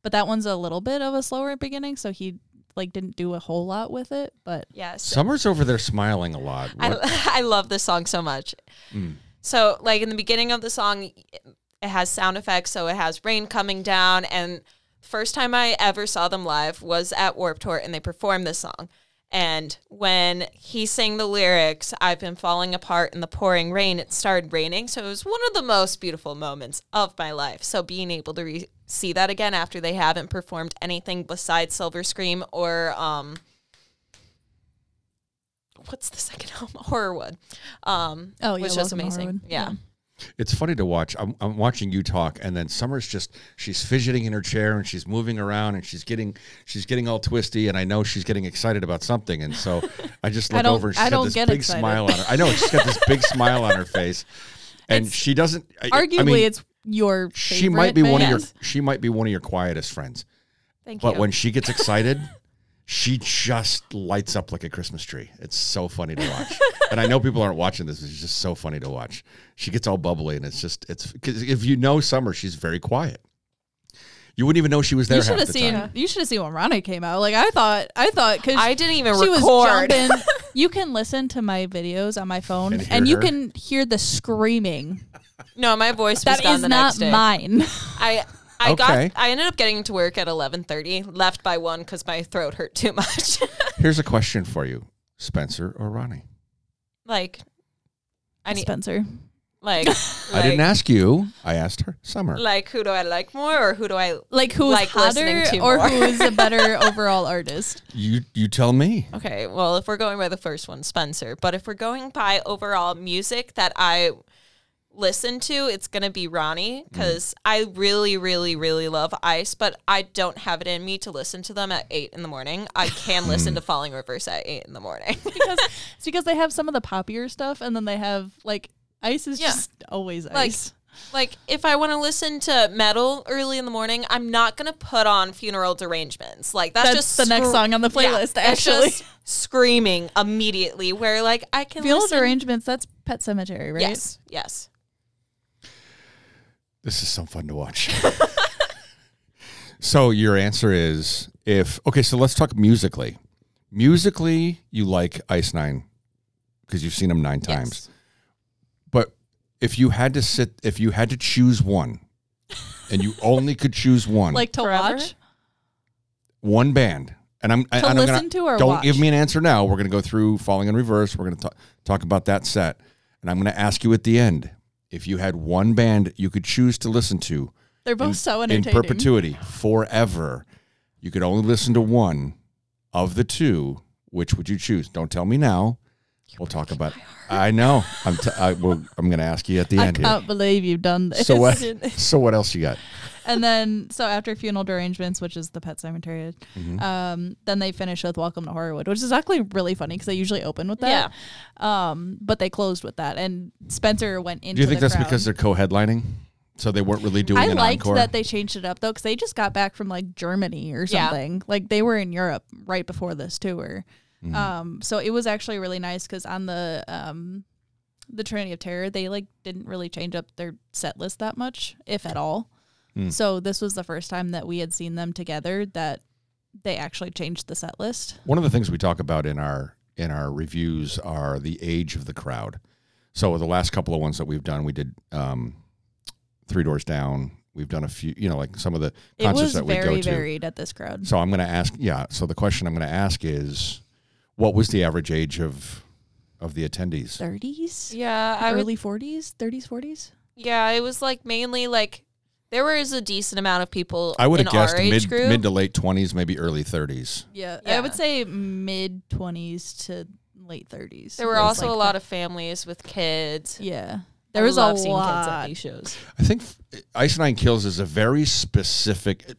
C: But that one's a little bit of a slower beginning, so he like didn't do a whole lot with it. But
D: Yes.
B: Summer's over there smiling a lot. What-
D: I, I love this song so much.
C: Mm.
D: So, like in the beginning of the song, it has sound effects. So it has rain coming down. And first time I ever saw them live was at Warp Tour, and they performed this song. And when he sang the lyrics, "I've been falling apart in the pouring rain," it started raining. So it was one of the most beautiful moments of my life. So being able to re- see that again after they haven't performed anything besides Silver Scream or um, what's the second album? Horrorwood. Um,
C: Oh, yeah,
D: which was
C: Welcome to
D: amazing.
C: Horrorwood.
D: Yeah.
B: It's funny to watch. I'm, I'm watching you talk, and then Summer's just she's fidgeting in her chair and she's moving around and she's getting she's getting all twisty, and I know she's getting excited about something, and so I just
C: I
B: look
C: don't-
B: over and
C: I
B: she's got
C: don't
B: this
C: get
B: big
C: excited.
B: smile on her. I know she's got this big smile on her face, and she doesn't. I, I
C: arguably
B: mean,
C: it's your
B: she might be
C: favorite
B: one of
C: band.
B: your she might be one of your quietest friends.
D: Thank
B: But
D: you.
B: when she gets excited, she just lights up like a Christmas tree. It's so funny to watch. and I know people aren't watching this. It's just so funny to watch. She gets all bubbly, and it's just it's because if you know Summer, she's very quiet. You wouldn't even know she was there.
C: You should
B: half
C: have
B: the
C: seen.
B: time.
C: You should have seen when Ronnie came out. Like I thought. I thought because
D: I didn't even
C: she
D: record.
C: was jumping. you can listen to my videos on my phone,
B: And
C: and,
B: hear
C: you
B: her.
C: can hear the screaming.
D: no, my voice was
C: That
D: gone
C: is
D: the
C: not
D: next day.
C: mine.
D: I I
B: Okay.
D: got I ended up getting to work at 11:30, left by 1 cuz my throat hurt too much.
B: Here's a question for you, Spencer or Ronnie.
D: like I need
C: Spencer.
D: like,
B: I didn't
D: like-
B: ask you. I asked her. Summer.
D: like who do I like more or who do I
C: Like who's
D: Like listening
C: hotter
D: to
C: or
D: more.
C: who is a better overall artist?
B: You you tell me.
D: Okay, well, if we're going by the first one, Spencer, but if we're going by overall music that I listen to, it's going to be Ronnie
B: Mm.
D: cuz I really really really love Ice, but I don't have it in me to listen to them at 8 in the morning. I can
B: Mm.
D: listen to Falling Reverse at 8 in the morning.
C: Because it's because they have some of the poppier stuff, and then they have like ice is
D: Yeah.
C: just always
D: Like,
C: ice.
D: Like, if I want to listen to metal early in the morning, I'm not going to put on Funeral Derangements. Like, that's,
C: That's
D: just
C: the next
D: scr-
C: song on the playlist,
D: that's
C: actually.
D: just screaming immediately, where, like, I can
C: Field
D: listen.
C: arrangements. That's Pet Cemetery, right?
D: Yes, yes.
B: This is so fun to watch. so your answer is if okay, so let's talk musically. Musically, you like Ice Nine because you've seen them nine times. But if you had to sit if you had to choose one and you only could choose one
C: Like to
D: Forever?
C: watch.
B: one band. And I'm and I'm
C: listen
B: gonna,
C: to or
B: don't
C: watch?
B: give me an answer now. We're gonna go through falling in reverse. We're gonna talk talk about that set, and I'm gonna ask you at the end if you had one band you could choose to listen to
C: They're both
B: in,
C: so
B: in
C: entertaining.
B: perpetuity forever. You could only listen to one of the two. Which would you choose? Don't tell me now. we'll talk about. I know. I'm. T- I, will I'm going to ask you at the
C: I
B: end.
C: can't believe you've
B: Here.
C: done this.
B: So what? So what else you got?
C: and then so after funeral derangements, which is the pet cemetery,
B: Mm-hmm.
C: um, then they finish with Welcome to Horrorwood, which is actually really funny because they usually open with that. Yeah. Um, but they closed with that, and Spencer went into.
B: Do you think
C: the
B: that's because
C: crowd.
B: they're co-headlining, so they weren't really doing
C: I
B: an
C: liked
B: encore?
C: that they changed it up though, because they just got back from like Germany or
D: Yeah.
C: something. Like they were in Europe right before this tour.
B: Mm-hmm.
C: Um, so it was actually really nice because on the um, the Trinity of Terror, they like didn't really change up their set list that much, if at all.
B: Hmm.
C: So this was the first time that we had seen them together that they actually changed the set list.
B: One of the things we talk about in our in our reviews are the age of the crowd. So the last couple of ones that we've done, we did um, Three Doors Down. We've done a few, you know, like some of the
C: It
B: concerts
C: was
B: that we go
C: very
B: to.
C: varied at this crowd.
B: So I'm going to ask, yeah. So the question I'm going to ask is, what was the average age of of the attendees?
C: 30s,
D: Yeah, I would
C: early 40s, 30s, 40s.
D: Yeah, it was like mainly like there was a decent amount of people.
B: I would have
D: in
B: guessed
D: our age
B: mid
D: group.
B: mid to late 20s, maybe early 30s.
C: Yeah, I
D: Yeah.
C: would say mid 20s to late 30s.
D: there were
C: was,
D: also
C: like,
D: a lot of families with kids.
C: Yeah.
D: I
C: There was a
D: love seeing kids
C: lot.
D: at these shows.
B: I think f- Ice Nine Kills is a very specific.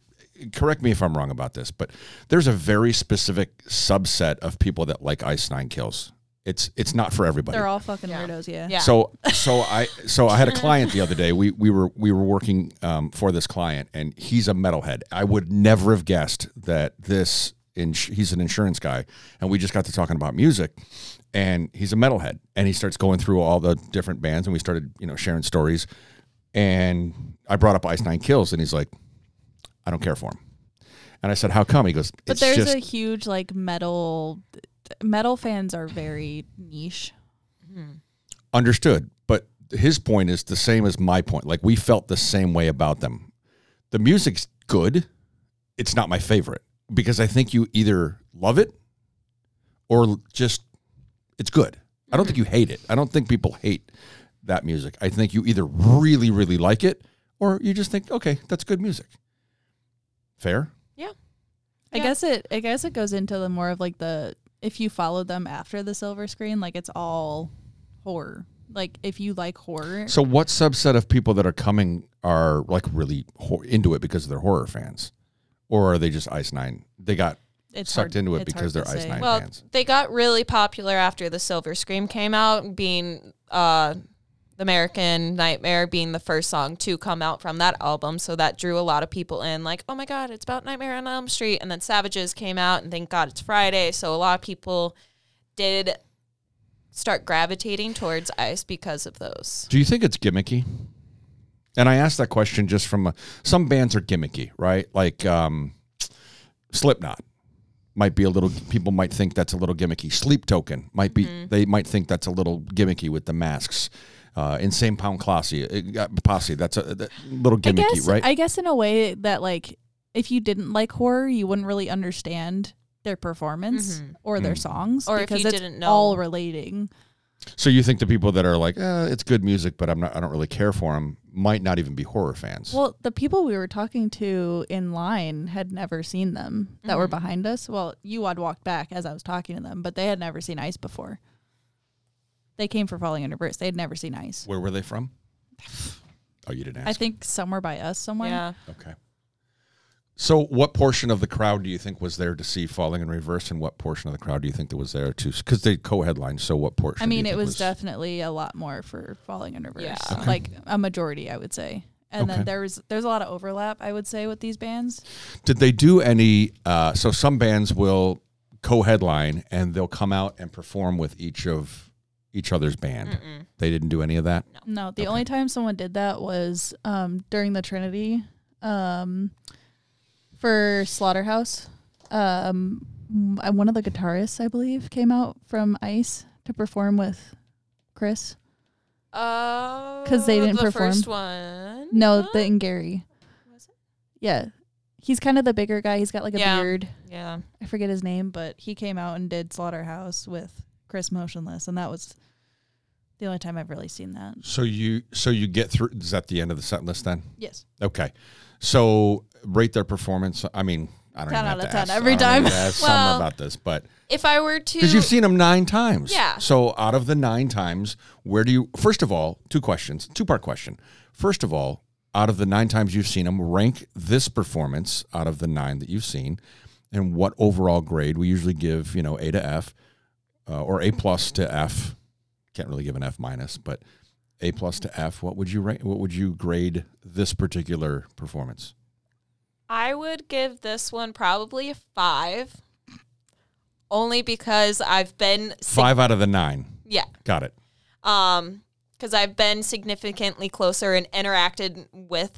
B: Correct me if I'm wrong about this, but there's a very specific subset of people that like Ice Nine Kills. It's it's not for everybody.
C: They're all fucking
D: Yeah.
C: weirdos, yeah.
D: Yeah.
B: So so I so I had a client the other day. We we were we were working um, for this client, and he's a metalhead. I would never have guessed that this. Ins- he's an insurance guy, and we just got to talking about music, and he's a metalhead, and he starts going through all the different bands, and we started you know sharing stories, and I brought up Ice Nine Kills, and he's like, I don't care for him, and I said, How come? He goes, It's
C: But there's
B: just
C: a huge like metal metal fans are very niche.
B: Understood. But his point is the same as my point. Like we felt the same way about them. The music's good. It's not my favorite because I think you either love it or l- just it's good. I don't think you hate it. I don't think people hate that music. I think you either really, really like it or you just think, okay, that's good music. Fair?
C: I
D: Yeah.
C: guess it I guess it goes into the more of like the if you follow them after the silver screen, like it's all horror. Like if you like horror,
B: So, what subset of people that are coming are like really hor- into it because they're horror fans? Or are they just Ice Nine? They got
C: it's
B: sucked
C: hard-
B: into it
C: it's
B: because
C: hard
B: they're
C: to
B: Ice
C: say.
B: Nine
D: Well,
B: fans.
D: they got really popular after the Silver Scream came out, being uh, The American Nightmare being the first song to come out from that album. So that drew a lot of people in, like, oh my God, it's about Nightmare on Elm Street. And then Savages came out, and thank God it's Friday. So a lot of people did start gravitating towards ice because of those.
B: Do you think it's gimmicky? And I asked that question just from a, some bands are gimmicky, right? Like um, Slipknot might be a little. People might think that's a little gimmicky. Sleep Token might be.
C: Mm-hmm.
B: They might think that's a little gimmicky with the masks. Uh, Insane Pound Posse, uh, Posse. That's a, that little
C: I
B: gimmicky,
C: guess
B: right?
C: I guess in a way that like if you didn't like horror, you wouldn't really understand their performance or
B: Mm.
C: their songs
D: Mm-hmm. Or if
C: because
D: you
C: it's
D: didn't know-
C: all relating.
B: so you think the people that are like, eh, it's good music, but I'm not. I don't really care for them. Might not even be horror fans.
C: Well, the people we were talking to in line had never seen them that
D: Mm-hmm.
C: were behind us. Well, you had walked back as I was talking to them, but they had never seen ice before. They came for Falling Under Bricks. They had never seen ice.
B: Where were they from? Oh, you didn't ask.
C: I think somewhere by us somewhere.
D: Yeah.
B: Okay. So, what portion of the crowd do you think was there to see Falling in Reverse, and what portion of the crowd do you think that was there to? Because they co-headlined. So, what portion?
C: I
B: do you
C: mean, it
B: think
C: was, definitely a lot more for Falling Under Verse.
D: Yeah. Okay.
C: Like a majority, I would say. And
B: Okay.
C: then there's there's a lot of overlap, I would say, with these bands.
B: Did they do any? Uh, so, some bands will co-headline, and they'll come out and perform with each of each other's band.
C: Mm.
B: They didn't do any of that.
C: No, the
B: Okay.
C: only time someone did that was um, during the Trinity um, for Slaughterhouse. Um, m- uh, one of the guitarists, I believe, came out from ICE to perform with Chris.
D: Because
C: they didn't
D: Oh, the
C: perform.
D: first one.
C: No,
D: Huh?
C: the Ngari.
D: Was it?
C: Yeah. He's kind of the bigger guy. He's got like a
D: Yeah.
C: beard.
D: Yeah.
C: I forget his name, but he came out and did Slaughterhouse with Chris Motionless, and that was the only time I've really seen that.
B: So you, so you get through. Is that the end of the set list then?
C: Yes.
B: Okay. So, rate their performance. I mean, I don't even have
C: 10 out of
B: to
C: 10
B: ask-
C: every
B: I don't
C: time.
B: have to ask Summer
D: Well,
B: about this, but
D: If I were to.
B: Because you've seen them nine times.
D: Yeah.
B: So out of the nine times, where do you? First of all, two questions, two part question. First of all, out of the nine times you've seen them, rank this performance out of the nine that you've seen, and what overall grade? We usually give you know A to F, uh, or A plus to F. Can't really give an F minus, but A plus to F. What would you rate? What would you grade this particular performance?
D: I would give this one probably a five, only because I've been sig-
B: Five out of the nine.
D: yeah,
B: Got it.
D: um, because I've been significantly closer and interacted with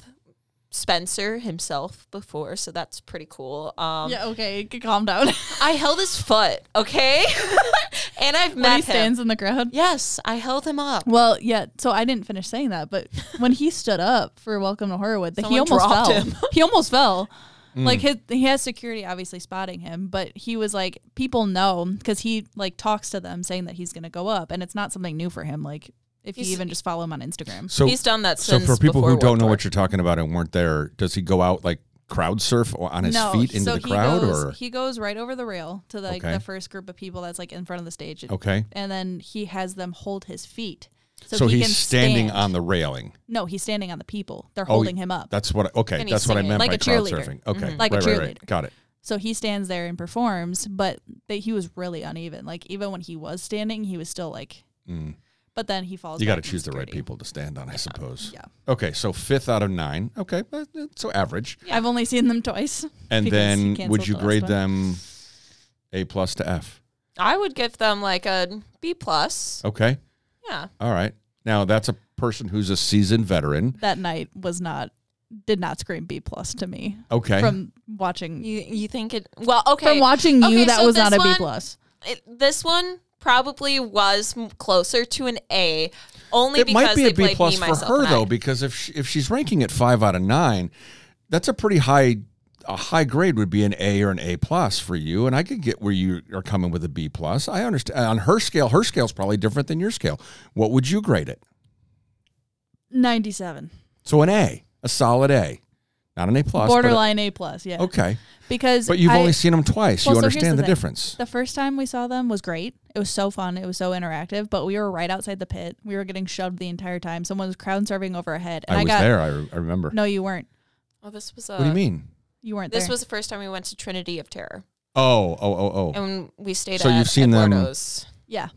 D: Spencer himself before, so that's pretty cool. Um,
C: yeah. Okay. Calm down.
D: I held his foot, okay, and I've
C: when
D: met
C: he
D: him.
C: stands in the crowd.
D: yes, I held him up.
C: Well, yeah. So I didn't finish saying that, but when he stood up for Welcome to Horrorwood, that he
D: Someone
C: almost
D: dropped
C: fell.
D: him.
C: he almost fell. Like his, he has security obviously spotting him, but he was like, people know because he like talks to them saying that he's gonna go up, and it's not something new for him. Like if you
D: He's-
C: even just follow him on Instagram,
B: So
D: He's done that
B: So
D: since
B: for people
D: before
B: who don't
D: World
B: know
D: War
B: what you're talking about and weren't there, does he go out like crowd surf or on his
C: no.
B: feet into
C: so
B: the
C: he
B: crowd
C: goes,
B: or
C: he goes right over the rail to like
B: Okay.
C: the first group of people that's like in front of the stage,
B: okay?
C: and then he has them hold his feet. So,
B: So,
C: he
B: he's
C: can
B: standing
C: stand.
B: on the railing.
C: No, he's standing on the people. They're
B: Oh,
C: holding him up.
B: That's what. I, okay,
D: And he's
B: that's what I
D: singing.
B: meant
C: Like
B: by
C: a
B: crowd
C: cheerleader. Mm-hmm.
B: surfing. Okay,
C: Like a
B: right, right, right.
C: cheerleader.
B: Got it.
C: So he stands there and performs, but that he was really uneven. Like even when he was standing, he was still like.
B: Mm.
C: But then he falls.
B: You got to
C: back in
B: choose the right
C: security.
B: people to stand on, I suppose.
C: Yeah.
B: Okay, so fifth out of nine. Okay, uh, uh, so average.
C: I've only seen them twice.
B: And
C: Because he
B: then
C: canceled
B: would you
C: the last
B: grade
C: one.
B: them A plus to F?
D: I would give them like a B plus.
B: Okay,
D: Yeah,
B: all right. Now that's a person who's a seasoned veteran.
C: That night was not did not scream B plus to me
B: Okay,
C: from watching
D: you you think it? Well, okay.
C: from watching you.
D: Okay,
C: that
D: so
C: was not a
D: this
C: B
D: one-
C: plus.
D: it, this one probably was m- closer to an A, only
B: it
D: because
B: might be
D: they
B: a B
D: played
B: plus
D: me
B: for
D: myself.
B: her
D: and I.
B: though, because if she, if she's ranking at five out of nine, that's a pretty high. A high grade would be an A or an A plus for you, and I could get where you are coming with a B plus. I understand on her scale. Her scale's probably different than your scale. What would you grade it?
C: Ninety seven,
B: So an A, a solid A, not an A plus. but a-
C: borderline A plus. Yeah,
B: okay,
C: because
B: but you've
C: I-
B: only seen them twice.
C: Well,
B: you
C: so here's
B: understand
C: the
B: the
C: thing.
B: difference.
C: The first time we saw them was great. It was so fun. It was so interactive. But we were right outside the pit. We were getting shoved the entire time. Someone was crowd surfing over our head. And
B: I
C: I,
B: was
C: got
B: there. I, re- I remember.
C: no, uh, you weren't.
D: Well, this was a,
B: what do you mean?
C: You weren't.
D: This
C: there.
D: was the first time we went to Trinity of Terror,
B: Oh, oh, oh, oh.
D: and we stayed
B: So
D: at
B: you've seen them-
D: Eduardo's.
C: yeah.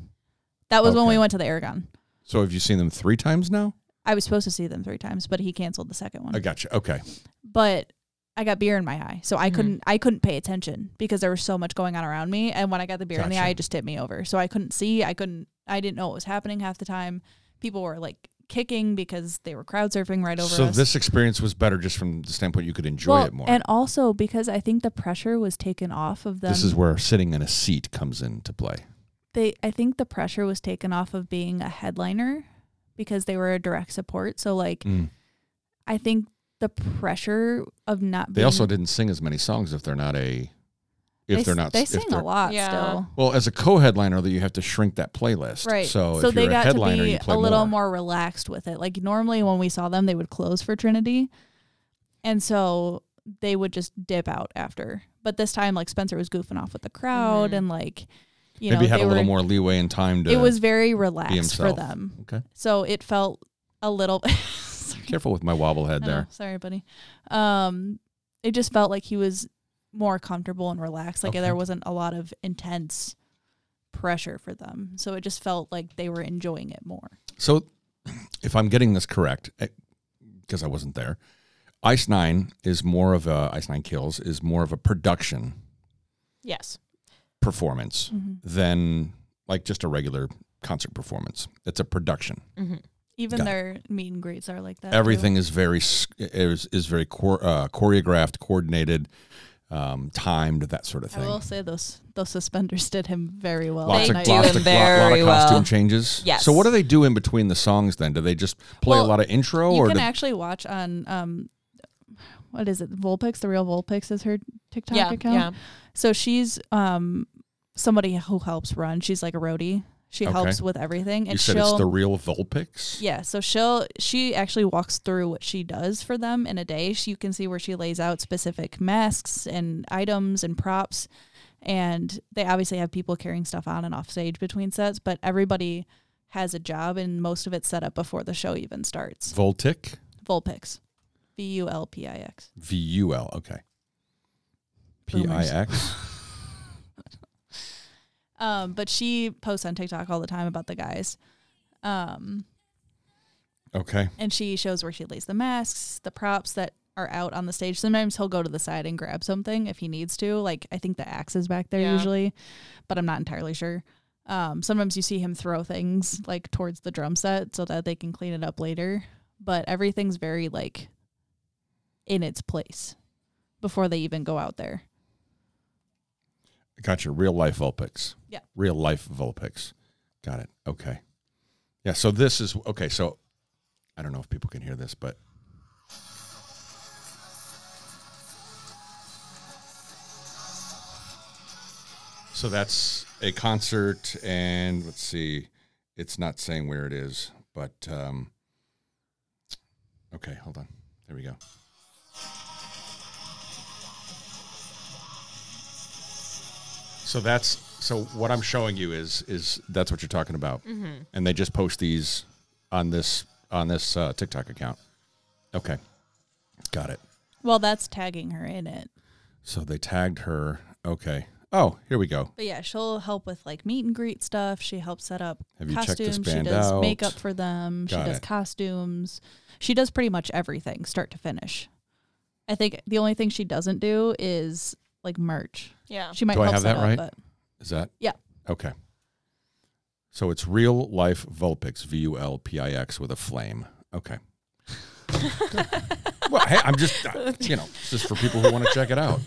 C: That was when
B: Okay.
C: we went to the Aragon.
B: So have you seen them three times now?
C: I was supposed to see them three times, but he canceled the second one.
B: I gotcha. Okay.
C: But I got beer in my eye, so I
B: Mm-hmm.
D: Mhm.
C: couldn't I couldn't pay attention because there was so much going on around me. And when I got the beer in the
B: Gotcha.
C: eye, it just tipped me over, so I couldn't see. I couldn't. I didn't know what was happening half the time. People were like kicking because they were crowd surfing right over
B: so
C: us.
B: this experience was better just from the standpoint you could enjoy
C: well,
B: it more.
C: and also because I think the pressure was taken off of them.
B: this is where sitting in a seat comes into play.
C: they I think the pressure was taken off of being a headliner because they were a direct support. So
B: Mm.
C: like I think the pressure of not
B: They
C: being
B: also didn't sing as many songs if they're not a if
C: they,
B: they're
C: s-
B: not
C: they
B: if
C: sing a
B: they're-
C: lot
D: Yeah.
C: still.
B: Well, as a co-headliner, that you have to shrink that playlist.
C: Right.
B: So, if
C: they
B: you're
C: got
B: a headliner,
C: to be
B: you play
C: a little more. relaxed with it. Like normally when we saw them, they would close for Trinity. And so they would just dip out after. But this time like Spencer was goofing off with the crowd
D: Mhm.
C: and like you
B: Maybe
C: know,
B: had
C: they
B: a little
C: were-
B: more leeway and time to.
C: it was very relaxed for
B: himself.
C: them.
B: okay.
C: So it felt a little sorry.
B: Careful with my wobble head
C: I know.
B: there.
C: Oh, Sorry, buddy. Um, it just felt like he was more comfortable and relaxed. Like
B: Okay.
C: there wasn't a lot of intense pressure for them. So it just felt like they were enjoying it more.
B: So, if I'm getting this correct, because I wasn't there, Ice Nine is more of a Ice Nine Kills is more of a production
D: Yes.
B: performance
D: Mm-hmm.
B: than like just a regular concert performance. It's a production.
D: Mm-hmm.
C: Even
B: Got it.
C: their meet and greets are like that. too.
B: Everything is very s- is is very chor- uh, choreographed, coordinated, um, timed, that sort of
C: I
B: thing.
C: will say those those suspenders did him very well.
B: lots
C: that
B: of,
D: They
C: night.
B: lots,
D: do
B: of, lot,
D: them
B: lot
D: very
B: of costume
D: well.
B: changes.
D: Yes.
B: So what do they do in between the songs then? Do they just play a
C: Well,
B: lot of intro
C: you
B: or
C: can
B: do,
C: actually watch on um, what is it? Volpix, the real Volpix is her TikTok
D: Yeah.
C: account.
D: Yeah.
C: So she's um somebody who helps run. She's like a roadie. She
B: Okay.
C: helps with everything, and
B: you said
C: she'll
B: it's the real Vulpix?
C: yeah. So she'll she actually walks through what she does for them in a day. She, you can see where she lays out specific masks and items and props, and they obviously have people carrying stuff on and off stage between sets. But everybody has a job, and most of it's set up before the show even starts.
B: Voltic?
C: Vulpix, V U L P I X.
B: V U L. Okay. P I X.
C: Um, but she posts on TikTok all the time about the guys. Um,
B: Okay.
C: and she shows where she lays the masks, the props that are out on the stage. Sometimes he'll go to the side and grab something if he needs to. Like I think the axe is back there
D: Yeah.
C: usually, but I'm not entirely sure. Um, sometimes you see him throw things like towards the drum set so that they can clean it up later. But everything's very like in its place before they even go out there.
B: Gotcha. Real life Vulpix.
C: Yeah.
B: Real life Vulpix. Got it. Okay. Yeah. So this is okay. So I don't know if people can hear this, but so that's a concert, and let's see, it's not saying where it is, but um, okay, hold on. There we go. So that's so what I'm showing you is is that's what you're talking about, and they just post these on this on this uh, TikTok account. Okay, got it.
C: Well, that's tagging her in it.
B: So they tagged her. Okay. Oh, here we go.
C: But yeah, she'll help with like meet and greet stuff. She helps set up
B: Have you checked
C: costumes.
B: this
C: she
B: band
C: does
B: out?
C: makeup for them.
B: Got
C: she does
B: it.
C: costumes. She does pretty much everything, start to finish. I think the only thing she doesn't do is like merch.
D: Yeah.
C: She might
B: Do I
C: help
B: have
C: set
B: that
C: up,
B: right?
C: but
B: Is that?
C: Yeah.
B: Okay. So it's real life Vulpix, V U L P I X, with a flame. Okay. well, hey, I'm just, uh, you know, it's just for people who want to check it out.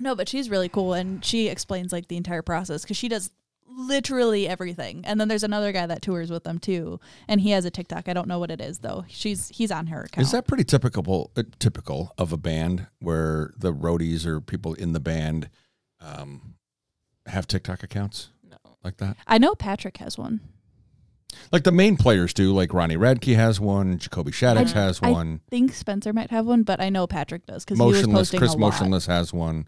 C: no, but she's really cool and she explains like the entire process because she does literally everything. And then there's another guy that tours with them too, and he has a TikTok. I don't know what it is though. She's he's on her account.
B: Is that pretty typical uh, typical of a band where the roadies or people in the band um, have TikTok accounts
D: No.
B: like that?
C: I know Patrick has one.
B: Like the main players do, like Ronnie Radke has one, Jacoby Shaddix
D: I-
B: has
C: Mm-hmm. I
B: one,
C: think Spencer might have one, but I know Patrick does because he was
B: Motionless,
C: posting
B: Chris
C: a lot.
B: Motionless has one.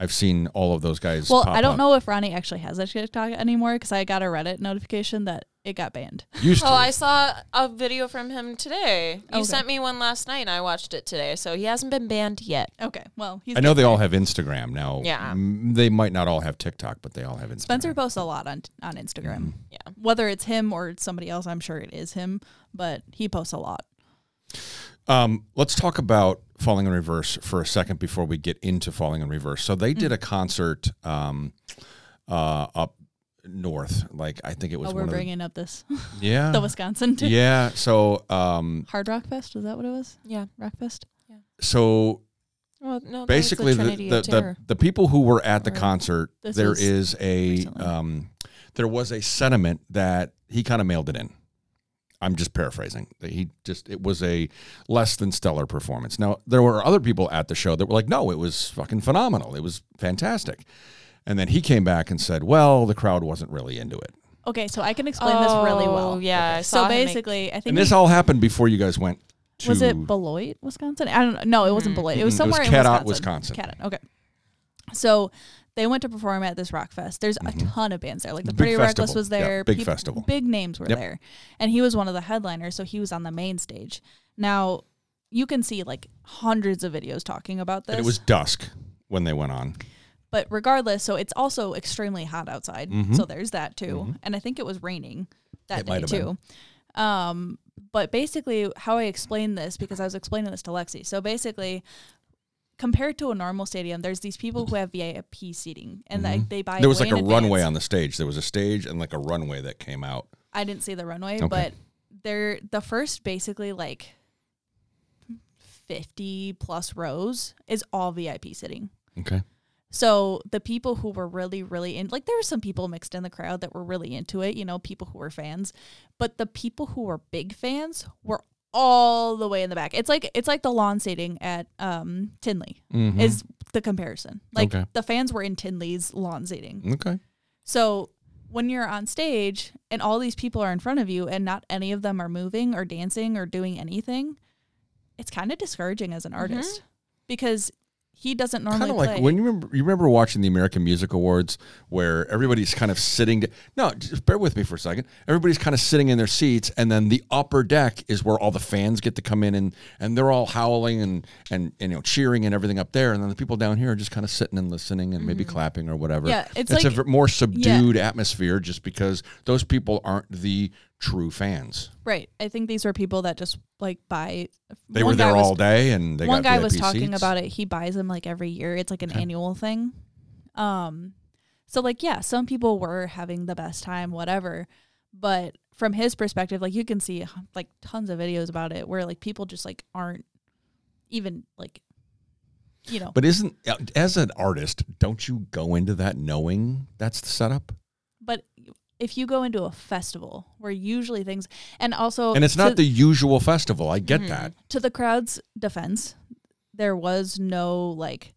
B: I've seen all of those guys.
C: Well,
B: pop
C: I don't
B: up.
C: know if Ronnie actually has a TikTok anymore because I got a Reddit notification that it got banned.
B: Used to.
D: Oh, I saw a video from him today. You
C: Okay.
D: sent me one last night, and I watched it today. So he hasn't been banned yet.
C: Okay, well, he's
B: I know they all have Instagram now.
D: Yeah.
B: m- they might not all have TikTok, but they all have Instagram.
C: Spencer posts a lot on on Instagram.
B: Mm-hmm.
D: Yeah.
C: Whether it's him or somebody else, I'm sure it is him, but he posts a lot.
B: Um, let's talk about Falling in Reverse for a second before we get into Falling in Reverse. So they
C: Mm.
B: did a concert um, uh, up north. Like I think it was
C: Oh,
B: one
C: we're
B: of
C: bringing up this
B: the, yeah,
C: the Wisconsin too.
B: yeah. So um,
C: Hard Rock Fest is that what it was?
D: Yeah.
C: Rock Fest.
B: so
D: Well, no.
B: basically the the, the the people who were at the
D: Or-
B: concert
C: This
B: there
C: was
B: is a
C: recently.
B: um, there was a sentiment that he kind of mailed it in i'm just paraphrasing that he just it was a less than stellar performance now there were other people at the show that were like no it was fucking phenomenal it was fantastic and then he came back and said well the crowd wasn't really into it
C: Okay, so I can explain this really
B: Oh,
C: well.
D: Oh, Yeah. I
C: So
D: saw him make-
C: basically, I think
B: and this
C: he-
B: all happened before you guys went to
C: was it Beloit, Wisconsin? I don't know. No, it wasn't Beloit. It was
B: Mm-mm, it was
C: somewhere
B: Cadott,
C: in
B: Wisconsin.
C: Cadott, Okay. So they went to perform at this rock fest. There's a ton of bands there. Like the
B: Mm-hmm. Big
C: Pretty Reckless
B: festival.
C: was
B: Yeah,
C: there.
B: big
C: peop-
B: festival.
C: Big names were
B: Yep.
C: there, and he was one of the headliners. So he was on the main stage. Now you can see like hundreds of videos talking about this.
B: and it was dusk when they went on
C: but regardless, so it's also extremely hot outside. So there's that too. And I think it was raining
B: Mm-hmm.
C: that
B: It might
C: day
B: have
C: too. Um, but basically, how I explained this because I was explaining this to Lexi. So basically, compared to a normal stadium, there's these people who have VIP seating, and like they buy.
B: Mm-hmm. there was
C: way
B: like
C: in
B: a runway
C: advance.
B: on the stage there was a stage and like a runway that came out
C: I didn't see the runway,
B: Okay.
C: but they're the first basically like 50 plus rows is all VIP sitting.
B: okay
C: So the people who were really, really in, like there were some people mixed in the crowd that were really into it, you know, people who were fans, but the people who were big fans were all the way in the back. It's like it's like the lawn seating at um Tinley is the comparison. Like
B: Okay.
C: the fans were in Tinley's lawn seating.
B: okay
C: So when you're on stage and all these people are in front of you and not any of them are moving or dancing or doing anything, it's kind of discouraging as an artist because he doesn't normally
B: kind of like
C: play.
B: when you remember, you remember watching the American Music Awards where everybody's kind of sitting. d- No, just bear with me for a second. Everybody's kind of sitting in their seats, and then the upper deck is where all the fans get to come in, and and they're all howling and and, and you know cheering and everything up there, and then the people down here are just kind of sitting and listening and maybe clapping or whatever.
C: Mm-hmm. Yeah, it's
B: a
C: like-
B: v- more subdued atmosphere just because those people aren't the true fans.
C: Right. I think these were people that just like buy.
B: They
C: one
B: were there
C: guy was-
B: all day, and they
C: one
B: got
C: guy was
B: VIP
C: talking
B: seats.
C: about it. He buys them like every year. It's like an annual thing. Um, so like yeah, some people were having the best time, whatever. But from his perspective, like you can see like tons of videos about it where like people just like aren't even like, you know.
B: But isn't uh, as an artist, don't you go into that knowing that's the setup?
C: But, if you go into a festival where usually things and also
B: and it's
C: to- Mm-hmm.
B: not the usual festival. I get that.
C: to the crowd's defense, there was no like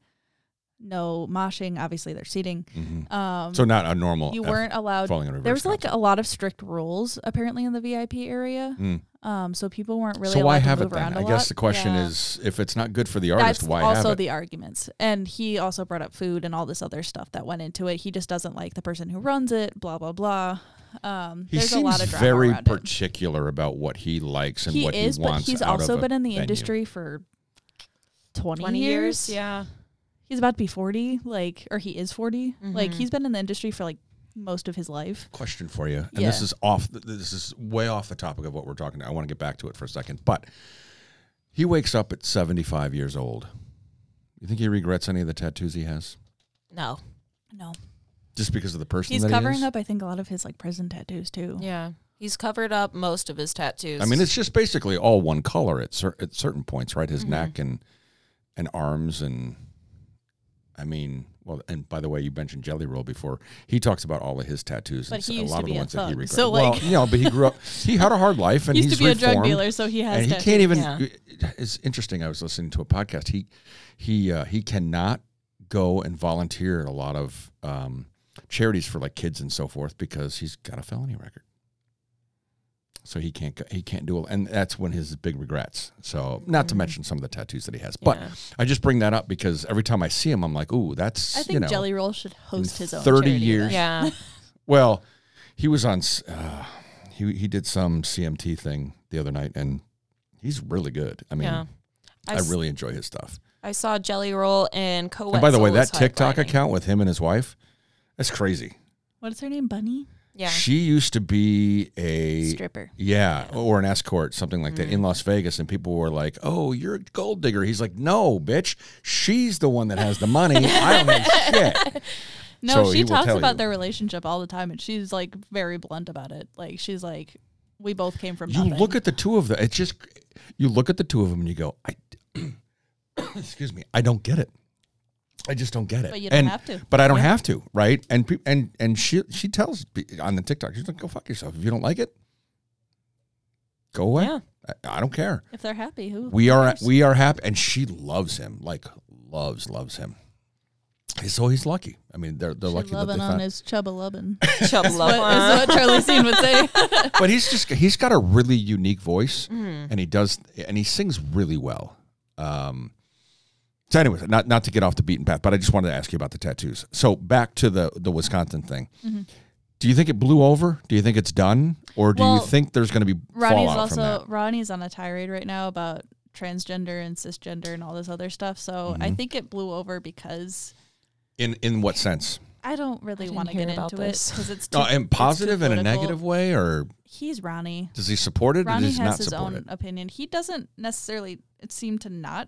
C: no moshing. Obviously, they're seating. Um,
B: Mm-hmm. So not a normal.
C: you
B: F-
C: weren't allowed.
B: falling in reverse.
C: There was like a lot of strict rules apparently in the VIP area.
B: Mm.
C: Um, so people weren't really.
B: so
C: allowed
B: why
C: to
B: have
C: move
B: it then?
C: around
B: I
C: a
B: guess
C: lot.
B: the question
D: Yeah.
B: is, if it's not good for the artist,
C: That's
B: why
C: also
B: have it?
C: the arguments, and he also brought up food and all this other stuff that went into it. He just doesn't like the person who runs it. Blah blah blah. Um,
B: he
C: there's
B: seems
C: a lot of drama
B: very
C: around it.
B: particular about what he likes and
C: He
B: what
C: is,
B: he
C: but
B: wants.
C: he's
B: out
C: also
B: of a
C: been in the
B: venue.
C: industry for twenty,
D: twenty years. Yeah.
C: he's about to be 40 like or he is 40 like he's been in the industry for like most of his life
B: Question for you, and
C: Yeah.
B: this is off. This is way off the topic of what we're talking. About. I want to get back to it for a second, but he wakes up at seventy-five years old. You think he regrets any of the tattoos he has,
D: No.
C: no
B: just because of the person
C: he's
B: that he
C: covering
B: is?
C: up i think a lot of his like prison tattoos too
D: Yeah. He's covered up most of his tattoos.
B: I mean, it's just basically all one color at, cer- at certain points, right?
C: Mm-hmm.
B: His neck and and arms and I mean, well, and by the way, you mentioned Jelly Roll before. He talks about all of his tattoos
C: But
B: and
C: he
B: s-
C: used
B: a lot
C: to
B: of the
C: be a
B: ones that he
C: thug,
B: regrets.
C: so,
B: well,
C: like-
B: you know, but he grew up. He had a hard life, and
C: he
B: he's
C: used to be a drug
B: reformed
C: dealer so he has
B: and he
C: tattoos.
B: can't even.
D: Yeah.
B: It's interesting. I was listening to a podcast. He he uh, he cannot go and volunteer at a lot of um, charities for like kids and so forth because he's got a felony record. So he can't go- he can't do it, and that's when his big regrets. So not to mention some of the tattoos that he has, but
D: Yeah.
B: I just bring that up because every time I see him, I'm like, ooh, that's
C: i think
B: you know,
C: jelly roll should host
B: in
C: his own
B: 30
C: charity
B: years-
C: event.
D: yeah.
B: Well, he was on. s- Uh, He he did some CMT thing the other night, and he's really good. I mean,
D: Yeah. I,
B: I,
D: s-
B: really enjoy his stuff.
D: I saw Jelly Roll and Co.
B: and by the way, that TikTok account with him and his wife, that's crazy.
C: What's her name? Bunny?
D: Yeah.
B: She used to be a
C: Stripper.
B: Yeah, or an escort, something like that, in Las Vegas, and people were like, "Oh, you're a gold digger." He's like, "No, bitch, she's the one that has the money. I don't have shit."
C: No,
B: So he
C: she
B: will
C: talks
B: tell
C: about
B: you.
C: their relationship all the time and she's like very blunt about it. Like she's like, We both came from
B: You
C: nothing.
B: look at the two of them. It's just you look at the two of them and you go, "I." excuse me, I don't get it. I just don't get it.
C: But you don't
B: And-
C: have to.
B: But I don't have to, right? And pe- and and she she tells pe- on the TikTok, she's like, "Go fuck yourself. If you don't like it, go away.
D: Yeah.
B: I, I don't care."
C: if they're happy, who
B: we are
C: cares?
B: we are happy and she loves him like loves loves him so he's lucky i mean they're, they're
C: She's
B: lucky that they
C: loving on
B: found,
C: his chubba lubbin.
D: Chub
C: That's what Charlie Sheen would say.
B: but he's just he's got a really unique voice
C: Mm-hmm.
B: and he does and he sings really well um so anyways not not to get off the beaten path but i just wanted to ask you about the tattoos so back to the the wisconsin thing
C: Mm-hmm.
B: do you think it blew over do you think it's done or do you
C: Well,
B: think there's going to be
C: Ronnie's
B: fallout from
C: also
B: that
C: Ronnie's on a tirade right now about transgender and cisgender and all this other stuff. So
B: Mm-hmm.
C: I think it blew over because
B: in in what sense
C: I don't really
D: didn't
C: want to
D: hear
C: get
D: about
C: into
D: this.
C: it because it's too,
B: uh, in
C: it's too
B: positive and a
C: political.
B: negative way or
C: He's Ronnie.
B: does he support it or
C: Ronnie
B: does he
C: has
B: not
C: his
B: support
C: own
B: it
C: opinion. He doesn't necessarily it seem to not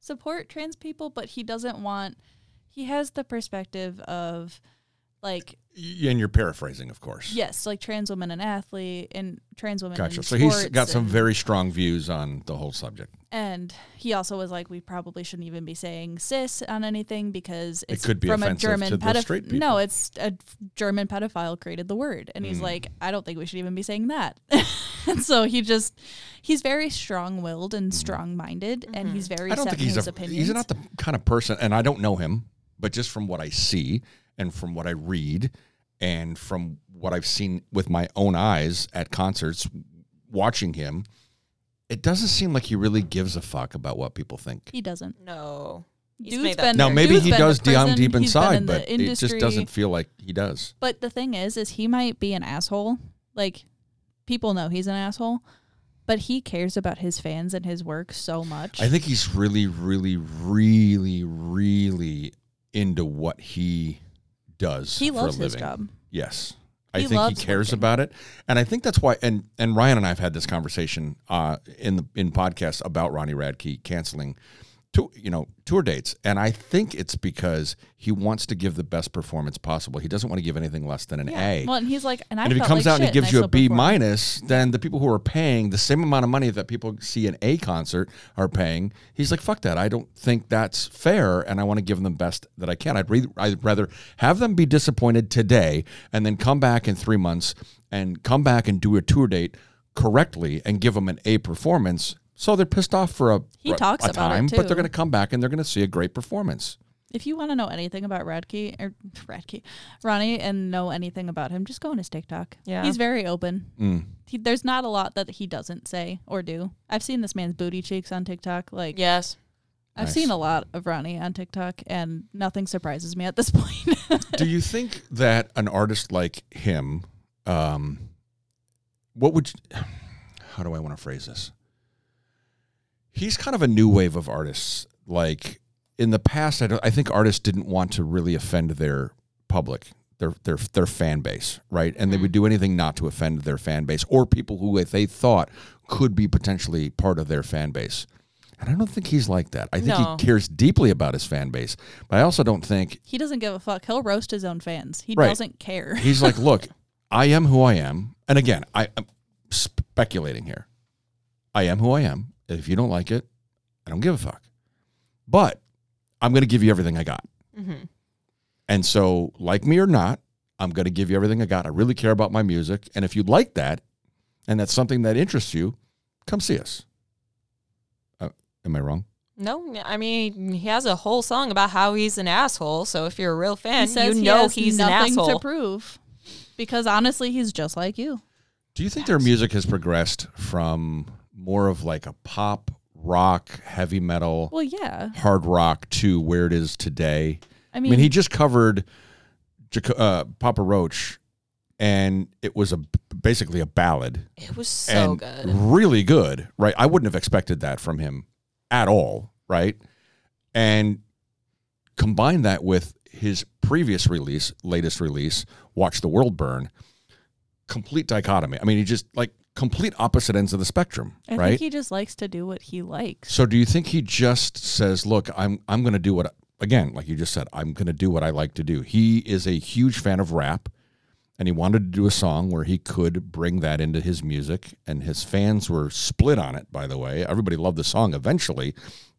C: support trans people, but he doesn't want. He has the perspective of like
B: Y- and you're paraphrasing, of course.
C: yes, like trans women and athlete and trans women.
B: Gotcha.
C: in
B: So he's
C: sports
B: got some
C: and-
B: very strong views on the whole subject.
C: And he also was like, we probably shouldn't even be saying cis on anything because it's
B: could be
C: from a
B: offensive
C: German
B: to the straight
C: pedophile.
B: people. Hmm.
C: No, it's a f- German pedophile created the word, and he's like, I don't think we should even be saying that. and so he just, he's very strong-willed and strong-minded, and he's very.
B: Hmm. I don't
C: set
B: think
C: in
B: he's
C: his
B: a
C: opinions.
B: he's not the kind of person, and I don't know him, but just from what I see and from what I read and from what I've seen with my own eyes at concerts, watching him, it doesn't seem like he really gives a fuck about what people think.
C: He doesn't.
D: No. He's
C: Dude's
D: made that
C: been
B: Now
C: there.
B: maybe
C: Dude's
B: he
C: been
B: does
C: to
B: down
C: prison.
B: deep
C: He's been
B: inside,
C: in the
B: but it just
C: industry.
B: doesn't feel like he does.
C: But the thing is, is he might be an asshole. Like people know he's an asshole, but he cares about his fans and his work so much.
B: I think he's really, really, really, really into what he does.
C: he
B: for
C: loves
B: a
C: his
B: living.
C: job.
B: Yes,
C: He
B: I think
C: loves
B: he cares
C: working.
B: about it, and I think that's why. And and Ryan and I have had this conversation uh, in the in podcasts about Ronnie Radke canceling. To, you know tour dates and i think it's because he wants to give the best performance possible he doesn't want to give anything less than an a
C: Well, and he's like, and I
B: and if he
C: felt
B: comes
C: like
B: out and he
C: shit
B: gives
C: I
B: you a
C: still
B: B
C: performed.
B: minus, then the people who are paying the same amount of money that people see an A concert are paying, he's like, "Fuck that! I don't think that's fair, and I want to give them the best that I can. I'd, re- I'd rather have them be disappointed today and then come back in three months and come back and do a tour date correctly and give them an A performance." So they're pissed off for a,
C: He
B: for a-
C: talks
B: a
C: about it,
B: time, but
C: too.
B: they're going to come back and they're going to see a great performance.
C: If you want to know anything about Radke or Radke, Ronnie, and know anything about him, just go on his TikTok.
D: Yeah.
C: he's very open.
B: Mm.
C: He, there's not a lot that he doesn't say or do. I've seen this man's booty cheeks on TikTok. Like,
D: Yes.
C: I've
B: Nice.
C: seen a lot of Ronnie on TikTok, and nothing surprises me at this point.
B: do you think that an artist like him um what would you- how do i want to phrase this he's kind of a new wave of artists like in the past i, don't, I think artists didn't want to really offend their public their their their fan base right and they would do anything not to offend their fan base or people who if they thought could be potentially part of their fan base and i don't think he's like that i think
D: No.
B: he cares deeply about his fan base but i also don't think
C: he doesn't give a fuck. He'll roast his own fans. He
B: Right.
C: doesn't care.
B: He's like, look, I am who I am. And again, I, I'm speculating here. I am who I am. If you don't like it, I don't give a fuck. But I'm going to give you everything I got. And so, like me or not, I'm going to give you everything I got. I really care about my music. And if you like that and that's something that interests you, come see us. Uh, am I wrong?
D: No, I mean he has a whole song about how he's an asshole. So if you're a real fan,
C: he says
D: you
C: he
D: know
C: has
D: he's an
C: nothing
D: asshole.
C: to prove because honestly, he's just like you.
B: Do you think their music has progressed from more of like a pop, rock, heavy metal?
C: Well, yeah.
B: hard rock to where it is today.
C: I
B: I
C: mean,
B: mean, he just covered Jaco- uh, Papa Roach and it was a basically a ballad
D: It was so
B: and
D: good.
B: really good, right? I wouldn't have expected that from him at all, right? And combine that with his previous release, latest release, Watch the World Burn, complete dichotomy. I mean, he just like complete opposite ends of the spectrum,
C: I
B: right?
C: think he just likes to do what he likes.
B: so do you think he just says, "Look, I'm I'm going to do what I- again, like you just said, I'm going to do what I like to do." He is a huge fan of rap and he wanted to do a song where he could bring that into his music and his fans were split on it by the way everybody loved the song eventually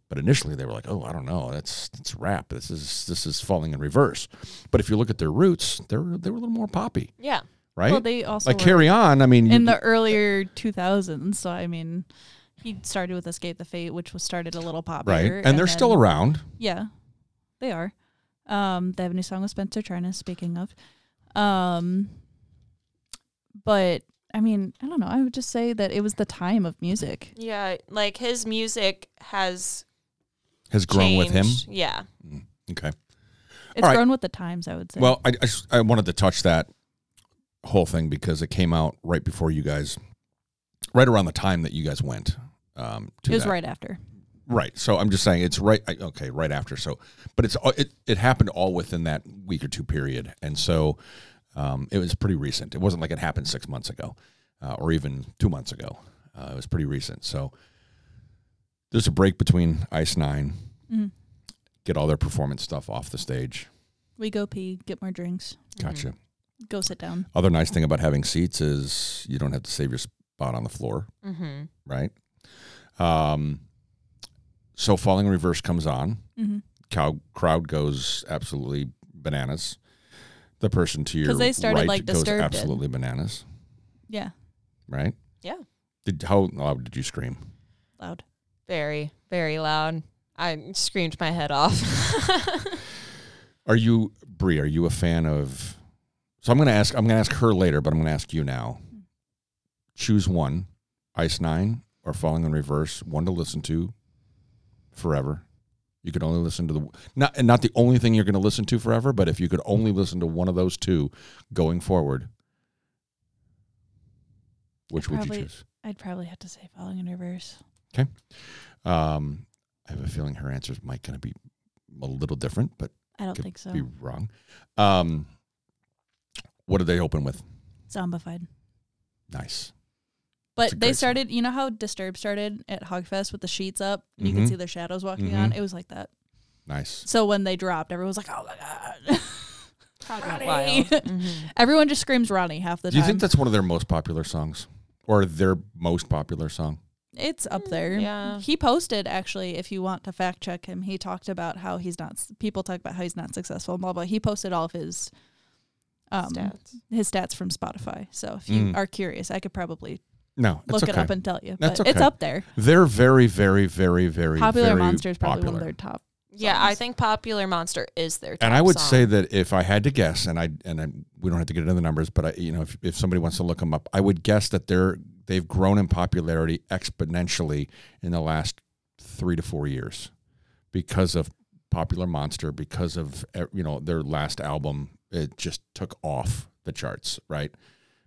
B: but initially they were like oh i don't know that's that's rap this is this is falling in reverse but if you look at their roots they were they were a little more poppy
D: Yeah.
B: right
C: Well, they also
B: like
C: were
B: carry on i mean
C: in
B: you-
C: the earlier 2000s. So I mean, he started with Escape the Fate, which was started a little popular,
B: right and, they're still
C: then-
B: around
C: Yeah, they are. Um, they have a new song with Spencer China. Speaking of, um, but I mean, I don't know. I would just say that it was the time of music.
D: Yeah. Like his music has
B: has grown with him
D: changed. Yeah.
B: okay
C: It's
B: All right.
C: grown with the times. I would say.
B: Well, I, I, s- I wanted to touch that whole thing because it came out right before you guys, right around the time that you guys went. Um, to
C: it was
B: that.
C: right after.
B: Right. So I'm just saying it's right. I, okay, right after. So, but it's all- it it happened all within that week or two period, and so um, it was pretty recent. It wasn't like it happened six months ago, uh, or even two months ago. Uh, it was pretty recent. So there's a break between Ice 9
C: Mhm.
B: get all their performance stuff off the stage.
C: We go pee, get more drinks,
D: Mm-hmm.
B: Gotcha.
C: go sit down.
B: Other nice thing about having seats is you don't have to save your spot on the floor,
D: Mm-hmm.
B: right? Um, so Falling in Reverse comes on.
C: Mm-hmm.
B: Cow, crowd goes absolutely bananas. The person to your
C: 'Cause they started,
B: right
C: like,
B: goes
C: Disturbed did.
B: absolutely bananas,
C: Yeah,
B: right?
D: Yeah.
B: Did how loud did you scream?
C: loud.
D: Very, very loud. I screamed my head off.
B: Are you Brie? Are you a fan of? So I'm gonna ask. I'm gonna ask her later, but I'm gonna ask you now. Choose one: Ice Nine or Falling in Reverse. One to listen to forever. You could only listen to the not and not the only thing you're gonna listen to forever. But if you could only listen to one of those two going forward, which would
C: Probably-
B: you choose?
C: I'd probably have to say falling in reverse.
B: Um, I have a feeling her answers might gonna be a little different, but
C: I don't
B: Could
C: think so.
B: be wrong. Um, what did they open with?
C: Zombified.
B: Nice. It's a
C: But
B: great
C: they
B: song.
C: started, you know how Disturbed started at Hogfest with the sheets up? and You
B: Mhm.
C: could see their shadows walking on.
B: Mhm.
C: It was like that.
B: Nice.
C: So when they dropped, everyone was like, oh my God. Ronnie.
D: Wild. Mhm.
C: everyone just screams Ronnie half the
B: Do you
C: time.
B: think that's one of their most popular songs or their most popular song?
C: it's up there.
D: Mm, Yeah.
C: He posted, actually, if you want to fact check him, he talked about how he's not, people talk about how he's not successful, blah, blah. He posted all of his. Um,
D: Stats.
C: his stats from Spotify. So if you
B: Mm.
C: are curious, I could probably
B: No, that's
C: look it
B: okay.
C: up and tell you. But
B: That's
C: it's
B: okay.
C: up there.
B: They're very, very, very, very
C: Popular
B: very
C: Monster is probably one
B: popular.
C: of their top.
D: Yeah, I
C: songs.
D: think Popular Monster is their.
B: And
D: top
B: I would
D: song.
B: say that if I had to guess, and I and I, we don't have to get into the numbers, but I, you know, if, if somebody wants to look them up, I would guess that they're they've grown in popularity exponentially in the last three to four years because of Popular Monster, because of eh, you know their last album, it just took off the charts. Right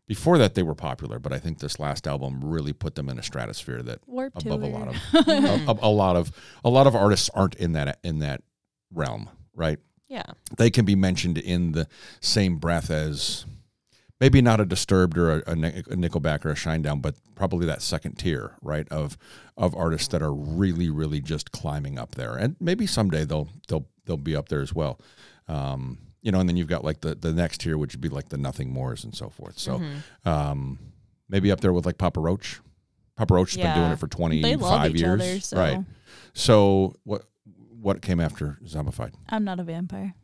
B: before that, they were popular, but I think this last album really put them in a stratosphere that
C: Warp Tour.
B: above a lot of a, a- a lot of a lot of artists aren't in that in that realm, right?
D: yeah,
B: they can be mentioned in the same breath as maybe not a disturbed or a, a Nic- a nickelback or a shinedown but probably that second tier right of of artists that are really really just climbing up there and maybe someday they'll they'll they'll be up there as well um you know and then you've got like the the next tier which would be like the nothing mores and so forth so
C: Mm-hmm.
B: um maybe up there with like papa roach papa roach has been doing
D: Yeah.
B: it for
C: they
B: 25
C: love each
B: years
C: other. So
B: right so what what came after zombified
C: I'm not a vampire,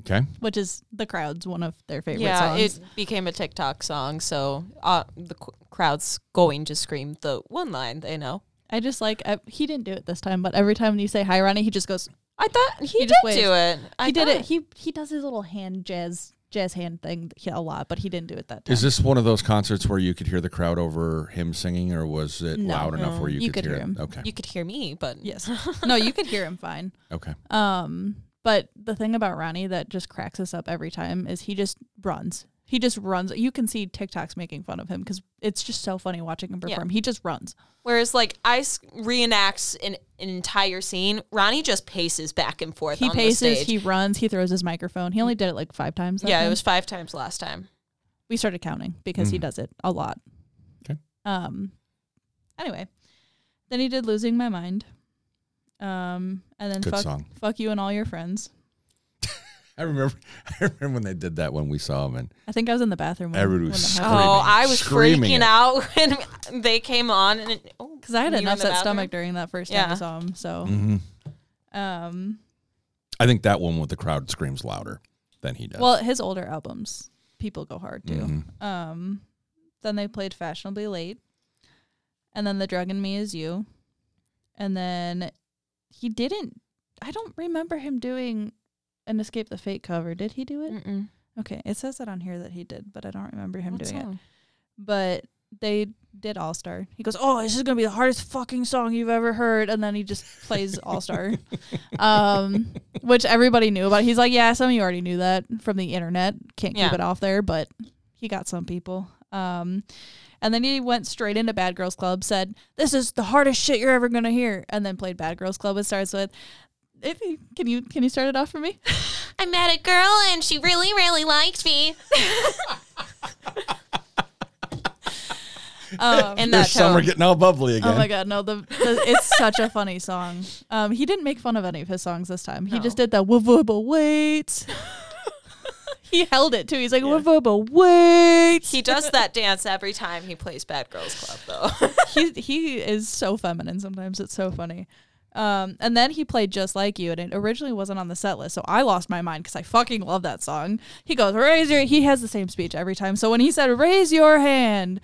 B: okay
C: which is the crowd's one of their favorite
D: yeah.
C: songs.
D: It became a TikTok song, so uh, the c- crowd's going to scream the one line they know.
C: I just like I, he didn't do it this time, but every time you say hi, Ronnie, he just goes.
D: I thought he,
C: He
D: did
C: just
D: do it. I
C: he did
D: thought-
C: it. He he does his little hand jazz jazz hand thing a lot, but he didn't do it that time.
B: Is this one of those concerts where you could hear the crowd over him singing, or was it
C: No.
B: loud enough where you,
C: You could hear
B: it?
C: him.
B: Okay,
D: You could hear me, but
C: yes. No, you could hear him fine.
B: okay,
C: Uh, Um, but the thing about Ronnie that just cracks us up every time is he just runs. He just runs. You can see TikToks making fun of him because it's just so funny watching him
D: Yeah.
C: perform. He just runs.
D: Whereas, like, Ice reenacts an, an entire scene. Ronnie just paces back and forth.
C: He
D: on The
C: paces.
D: stage.
C: He runs. He throws his microphone. He only did it like five times. that
D: yeah,
C: time.
D: it was five times last time.
C: we started counting because he
B: Mhm.
C: does it a lot.
B: Okay.
C: Um. Anyway, then he did "Losing My Mind," um, and then
B: Good
C: fuck,
B: song.
C: "Fuck You and All Your Friends."
B: I remember, I remember when they did that when we saw him, and
C: I think I was in the bathroom.
B: Everybody was Screaming.
D: Oh, I was
B: Screaming
D: freaking
B: it.
D: out when they came on. and oh,
C: because I had an
D: enough
C: upset stomach during that first time I
D: Yeah.
C: saw him. So,
B: Mhm.
C: um,
B: I think that one with the crowd screams louder than he does.
C: well, his older albums, people go hard too.
B: Mhm.
C: Um, then they played Fashionably Late. And then The Drug in Me Is You. And then he didn't, I don't remember him doing an Escape the Fate cover. Did he do it?
D: Mm-mm.
C: Okay. It says it on here that he did, but I don't remember him
D: What
C: doing it.
D: song?
C: But they did All Star. He goes, Oh, this is going to be the hardest fucking song you've ever heard. And then he just plays All Star, um, which everybody knew about. He's like, Yeah, some of you already knew that from the internet. Can't keep
D: Yeah.
C: it off there, but he got some people. Um, and then he went straight into Bad Girls Club, said, This is the hardest shit you're ever going to hear. And then played Bad Girls Club. It starts with, if you, can you can you start it off for me?
D: I met a girl and she really, really liked me.
C: Um,
D: And
B: There's
D: that
B: some are
D: tone.
B: getting all bubbly again.
C: Oh my god, no! The, the it's such a funny song. Um, he didn't make fun of any of his songs this time. He just did the "Wavoba wait." he held it too. He's like "Wavoba wait."
D: he does that dance every time he plays Bad Girls Club, though.
C: he he is so feminine. Sometimes it's so funny. Um, and then he played just like you, and it originally wasn't on the set list, so I lost my mind because I fucking love that song. He goes raise your. He has the same speech every time. So when he said raise your hand,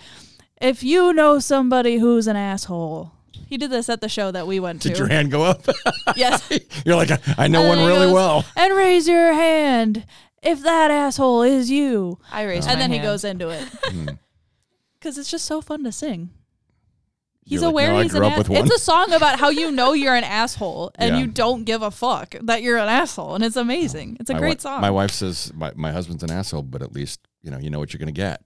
C: if you know somebody who's an asshole. He did this at the show that we went to.
B: Did your hand go up?
C: yes.
B: You're like, I- I know
C: And
B: one
C: then he
B: really
C: goes,
B: well.
C: And raise your hand if that asshole is you.
D: I raised
C: and then he goes into it
B: Hmm.
C: because it's just so fun to sing. He's aware he's
B: I grew
C: an
B: up with
C: asshole.
B: one.
C: It's a song about how you know you're an asshole and
B: Yeah.
C: you don't give a fuck that you're an asshole, and it's amazing. It's a
B: my
C: great
B: wi-
C: song.
B: My wife says my, my husband's an asshole, but at least you know you know what you're gonna get.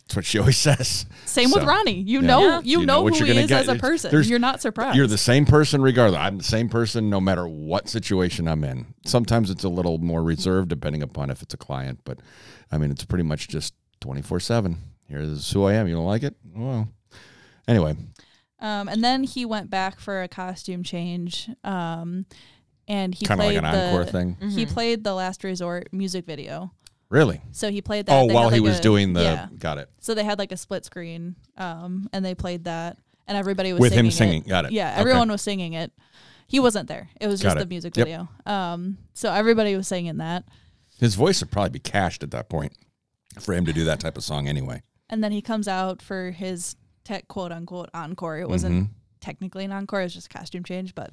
B: That's what she always says.
C: Same with
B: So,
C: Ronnie. You
B: yeah.
C: know,
B: Yeah.
C: you, know,
B: what
C: who
B: you're
C: he
B: gonna
C: is
B: get.
C: as a
B: It's-
C: person.
B: there's-
C: You're not surprised.
B: You're the same person regardless. I'm the same person no matter what situation I'm in. Sometimes it's a little more reserved depending upon if it's a client, but I mean it's pretty much just 24 seven. Here's who I am. You don't like it? Well, anyway,
C: Um, and then he went back for a costume change. Um, and he
B: kind of like
C: played
B: an
C: the,
B: encore thing.
D: Mm-hmm.
C: He played the Last Resort music video.
B: Really?
C: So he played that.
B: Oh,
C: They
B: while
C: had,
B: he
C: like,
B: was
C: a-
B: doing the
C: Yeah.
B: got it
C: So they had like a split screen, um, and they played that, and everybody was
B: with
C: singing
B: him
C: it.
B: singing. Got it.
C: Yeah,
B: Okay.
C: everyone was singing it. He wasn't there. It was
B: Got
C: just the
B: it.
C: music
B: Yep.
C: video. Um, so everybody was singing that,
B: His voice would probably be cashed at that point for him to do that type of song anyway.
C: and then he comes out for his tech quote unquote encore. It wasn't
B: Mm-hmm.
C: technically an encore; it was just a costume change. But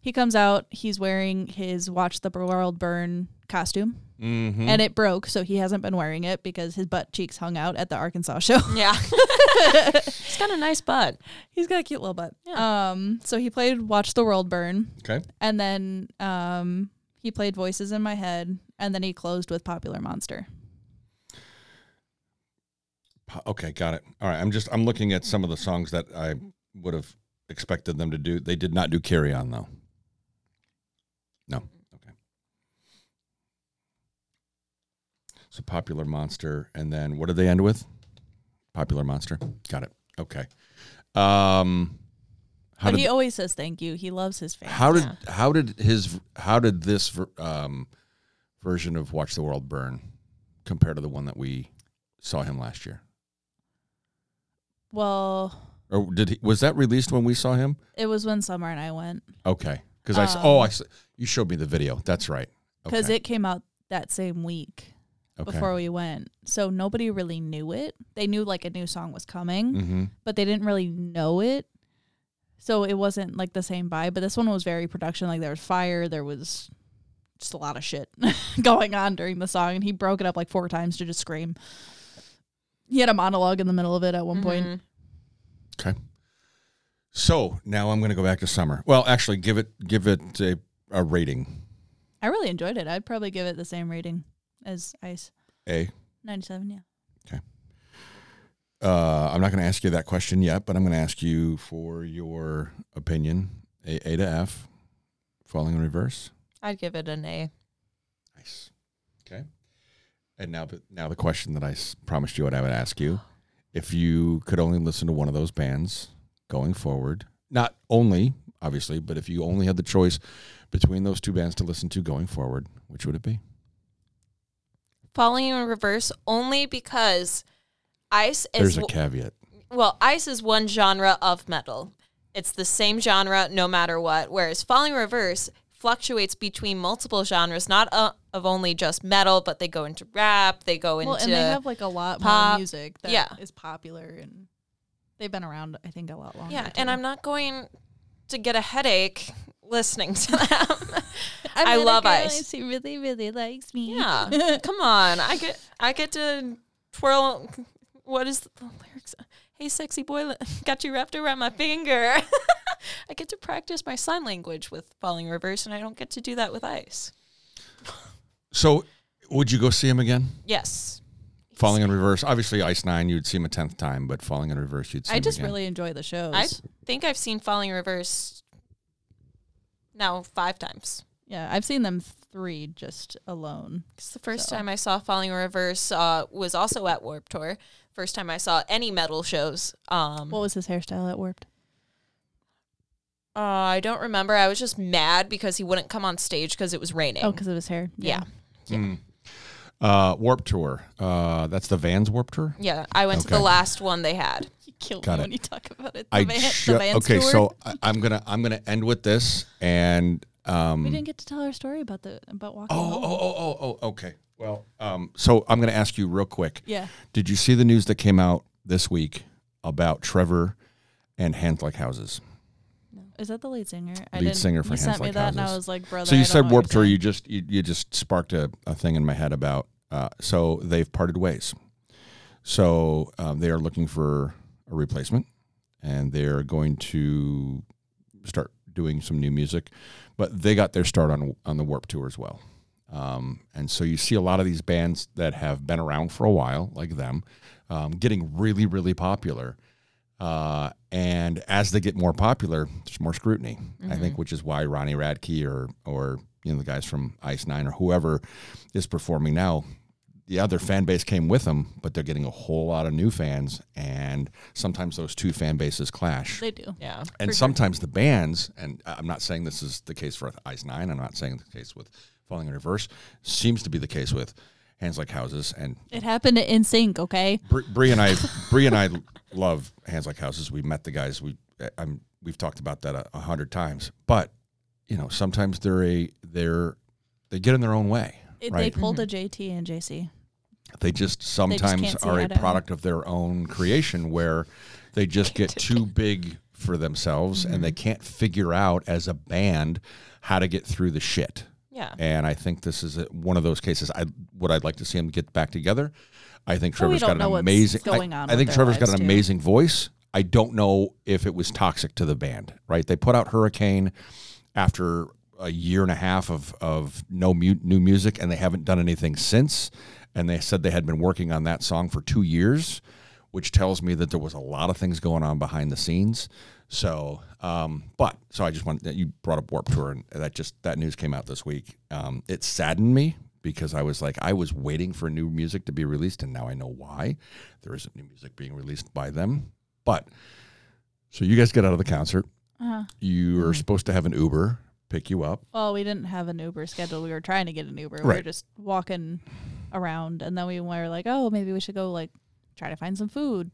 C: he comes out. He's wearing his Watch the World Burn costume,
B: Mm-hmm.
C: and it broke, so he hasn't been wearing it because his butt cheeks hung out at the Arkansas show.
D: Yeah. He's got a nice butt.
C: He's got a cute little butt. Um, so he played Watch the World Burn,
B: Okay.
C: and then um, he played Voices in My Head, and then he closed with Popular Monster.
B: Po- Okay, got it. All right, I'm just I'm looking at some of the songs that I would have expected them to do. They did not do Carry On though. No. Okay. So Popular Monster and then what did they end with? Popular Monster. Got it. Okay. Um how
C: but
B: did
C: he always says thank you. He loves his fans.
B: how did how did his how did this ver- um version of Watch the World Burn compare to the one that we saw him last year?
C: well,
B: Or did he, was that released when we saw him?
C: it was when Summer and I went
B: Okay, because I s-
C: Um,
B: oh I s- you showed me the video. That's right.
C: because it came out that same week before we went, so nobody really knew it. They knew like a new song was coming,
B: hmm
C: but they didn't really know it. So it wasn't like the same vibe, but this one was very production. Like there was fire, there was just a lot of shit going on during the song, and he broke it up like four times to just scream. He had a monologue in the middle of it at
D: Mm-hmm.
C: one point.
B: Okay. So now I'm going to go back to summer. Well, actually, give it give it a, a rating.
C: I really enjoyed it. I'd probably give it the same rating as Ice.
B: A
C: 97, yeah.
B: Uh, I'm not going to ask you that question yet, but I'm going to ask you for your opinion. A, a to F, falling in reverse.
D: I'd give it an A.
B: Nice. Okay. And now, the- now the question that I s- promised you, and I would ask you, if you could only listen to one of those bands going forward, not only obviously, but if you only had the choice between those two bands to listen to going forward, which would it be?
D: Falling in reverse only because Ice is
B: There's a caveat.
D: well, Ice is one genre of metal. It's the same genre no matter what. Whereas Falling in Reverse fluctuates between multiple genres, not uh, of only just metal, but they go into rap, they go into
C: Well, and they have like a lot more
D: pop.
C: music that is
D: Yeah.
C: popular and they've been around, I think, a lot longer.
D: yeah.
C: too.
D: And I'm not going to get a headache listening to them.
C: I'm
D: I
C: with a
D: love
C: girl
D: Ice.
C: and She really, really likes me.
D: Yeah, come on. I get I get to twirl. What is the lyrics? Hey, sexy boy, l- got you wrapped around my finger. I get to practice my sign language with falling reverse, and I don't get to do that with ice.
B: So, would you go see him again?
D: Yes,
B: Falling in reverse. Obviously, Ice Nine, you'd see him a tenth time, but falling in reverse, you'd see
C: I
B: him
C: just
B: again.
C: really enjoy the shows.
D: I think I've seen falling reverse now five times.
C: yeah, I've seen them three just alone.
D: 'Cause the first
C: So-
D: time I saw Falling Reverse uh, was also at Warp Tour. First time I saw any metal shows. Um,
C: What was his hairstyle at Warped?
D: Uh, I don't remember. I was just mad because he wouldn't come on stage because it was raining.
C: Oh, because of his hair.
D: yeah.
B: Mm. Uh, Warp Tour. Uh, that's the Vans Warp Tour.
D: Yeah. I went to the
B: Okay.
D: last one they had.
C: You kill
B: Got
C: me
B: it.
C: when you talk about it. The
B: I
C: van,
B: ju-
C: the van
B: okay,
C: tour.
B: so I, I'm gonna I'm gonna end with this and um.
C: we didn't get to tell our story about the about walking.
B: oh,
C: home.
B: oh oh oh oh okay. Well, um, so I'm gonna ask you real quick.
C: yeah.
B: Did you see the news that came out this week about Trevor and Hands Like Houses?
C: Is that the lead singer? I
B: Lead
C: didn't-
B: singer for
C: you
B: Hands
C: sent me
B: Like
C: that, and I
B: Houses.
C: was like, brother.
B: so
C: I
B: you
C: don't know
B: said
C: what
B: Warp
C: you're
B: Tour.
C: saying.
B: You just you, you just sparked a, a thing in my head about. Uh, so they've parted ways. So um, they are looking for a replacement, and they are going to start doing some new music. But they got their start on on the Warp Tour as well. Um, and so you see a lot of these bands that have been around for a while, like them, um, getting really, really popular. Uh, and as they get more popular, there's more scrutiny. I think, which is why Ronnie Radke or or you know the guys from Ice Nine or whoever is performing now. Yeah, their fan base came with them, but they're getting a whole lot of new fans, and sometimes those two fan bases clash
C: They do.
D: Yeah.
B: and sometimes the bands and I- i'm not saying this is the case for ice nine i'm not saying the case with falling in reverse seems to be the case with hands like houses and
C: It happened in sync. Okay.
B: Br- Bree and I, Bree and I love Hands Like Houses. We met the guys. We, eh, I'm, we've talked about that a, a hundred times. But you know, sometimes they're a, they're, they get in their own way,
C: It,
B: right? Mm-hmm.
C: They pulled a JT and JC.
B: They just
C: just
B: sometimes
C: can't see
B: are
C: eye
B: a
C: to eye.
B: product of their own creation, where they just get too big for themselves, and
C: Mm-hmm.
B: they can't figure out as a band how to get through the shit.
D: Yeah.
B: And I think this is a, one of those cases. I would I'd like to see them get back together. I think
C: Well, we
B: Trevor's got
C: don't know
B: an
C: what's
B: amazing.
C: going on
B: I, I
C: with
B: think
C: their
B: Trevor's got
C: lives,
B: an
C: too.
B: amazing voice. I don't know if it was toxic to the band. Right? They put out Hurricane after a year and a half of of no mu- new music, and they haven't done anything since. And they said they had been working on that song for two years, which tells me that there was a lot of things going on behind the scenes. So, um, but so I just want that you brought up Warp Tour, and that just that news came out this week. Um, it saddened me because I was like, I was waiting for new music to be released, and now I know why there isn't new music being released by them. But so you guys get out of the concert,
C: Uh-huh.
B: you are supposed to have an Uber pick you up.
C: Well, we didn't have an Uber scheduled. We were trying to get an Uber. We were
B: Right.
C: just walking around, and then we were like, "Oh, maybe we should go like try to find some food."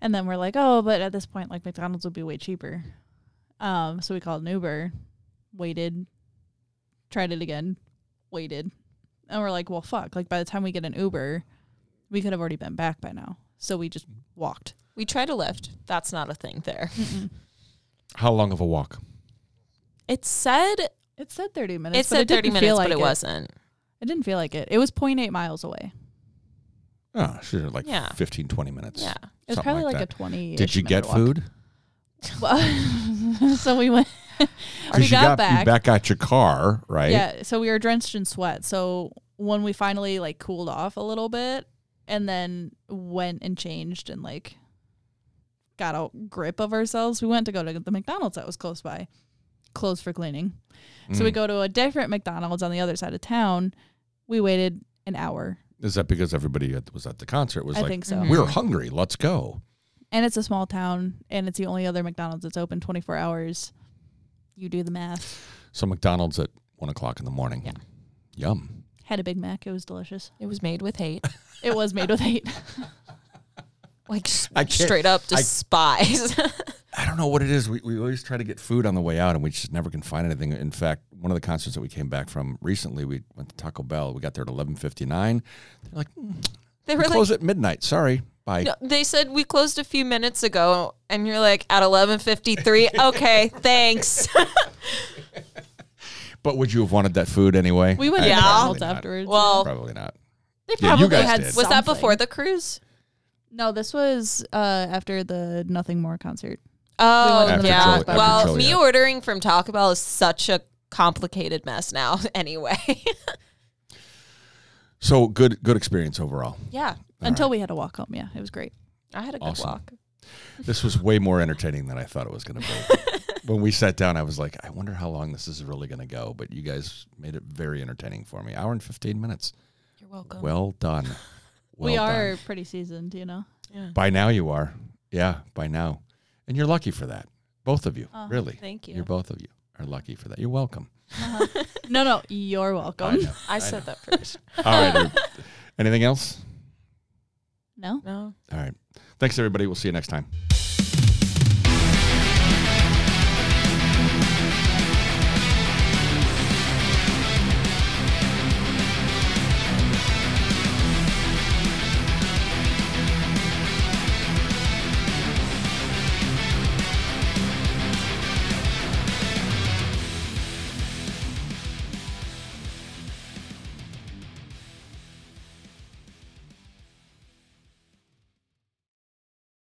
C: And then we're like, "Oh, but at this point, like McDonald's would be way cheaper." Um, so we called an Uber, waited, tried it again, waited, and we're like, "Well, fuck!" Like by the time we get an Uber, we could have already been back by now. So we just walked.
D: We tried a lift. That's not a thing there.
B: How long of a walk?
D: It said
C: It said thirty minutes.
D: it
C: but
D: said thirty
C: didn't feel like
D: minutes, but it, wasn't.
C: It didn't feel like it. It was 0.8 miles away.
B: Oh, sure, like
D: Yeah.
B: fifteen, twenty 15, 20 minutes.
D: Yeah.
C: It was
B: Something
C: probably
B: like
C: like,
B: that.
C: a 20.
B: Did you get food?
C: Well, so we went. we
B: you
C: got, back.
B: you back out your car, right?
C: Yeah. So we were drenched in sweat. So when we finally like cooled off a little bit and then went and changed and like got a grip of ourselves, we went to go to the McDonald's that was close by, closed for cleaning. So we
B: Mm.
C: go to a different McDonald's on the other side of town. We waited an hour.
B: Is that because everybody at- was at the concert was
C: I
B: like,
C: think so. Mm-hmm.
B: we're hungry, let's go.
C: And it's a small town and it's the only other McDonald's that's open 24 hours. You do the math.
B: So McDonald's at one o'clock in the morning.
D: Yeah.
B: Yum.
C: Had a Big Mac. It was delicious.
D: It was made with hate.
C: It was made with hate.
D: Like s-
B: I can't-
D: straight up
B: I-
D: despise.
B: I don't know what it is. We, we always try to get food on the way out and we just never can find anything. In fact, one of the concerts that we came back from recently, we went to Taco Bell. We got there at 11.59. They're like, "Mm,
D: they
B: we
D: were like,
B: close at midnight. Sorry. Bye.
D: no, they said we closed a few minutes ago, and you're like at 11:53. okay, thanks.
B: But would you have wanted that food anyway?
C: We went to
D: Yeah.
C: McDonald's
B: probably not.
C: afterwards.
D: Well,
B: Probably not.
C: they
B: yeah, you guys did.
D: was that
C: something.
D: before the cruise?
C: No, this was uh, after the Nothing More concert.
D: Oh
C: went
B: After
D: yeah.
B: Jolie- after
D: well,
B: Joliet.
D: me ordering from Taco Bell is such a complicated mess now. Anyway,
B: So good, good experience overall.
D: yeah,
C: Until we had to walk home. Yeah, it was great.
D: I had a good
B: Awesome.
D: walk.
B: This was way more entertaining than I thought it was going to be. when we sat down, I was like, I wonder how long this is really going to go. But you guys made it very entertaining for me. Hour and 15 minutes.
D: You're welcome.
B: Well done. Well
C: we
B: done.
C: are pretty seasoned, you know.
B: By now, you are. Yeah, by now. And you're lucky for that. Both of you, really.
D: Oh, Thank
B: You're
D: you.
B: both of you are lucky for that. You're welcome.
C: No, no, you're
B: I
C: welcome.
B: know.
D: I said that first.
B: All right. everybody. Anything else?
C: No.
D: no.
B: All right. Thanks, everybody. We'll see you next time.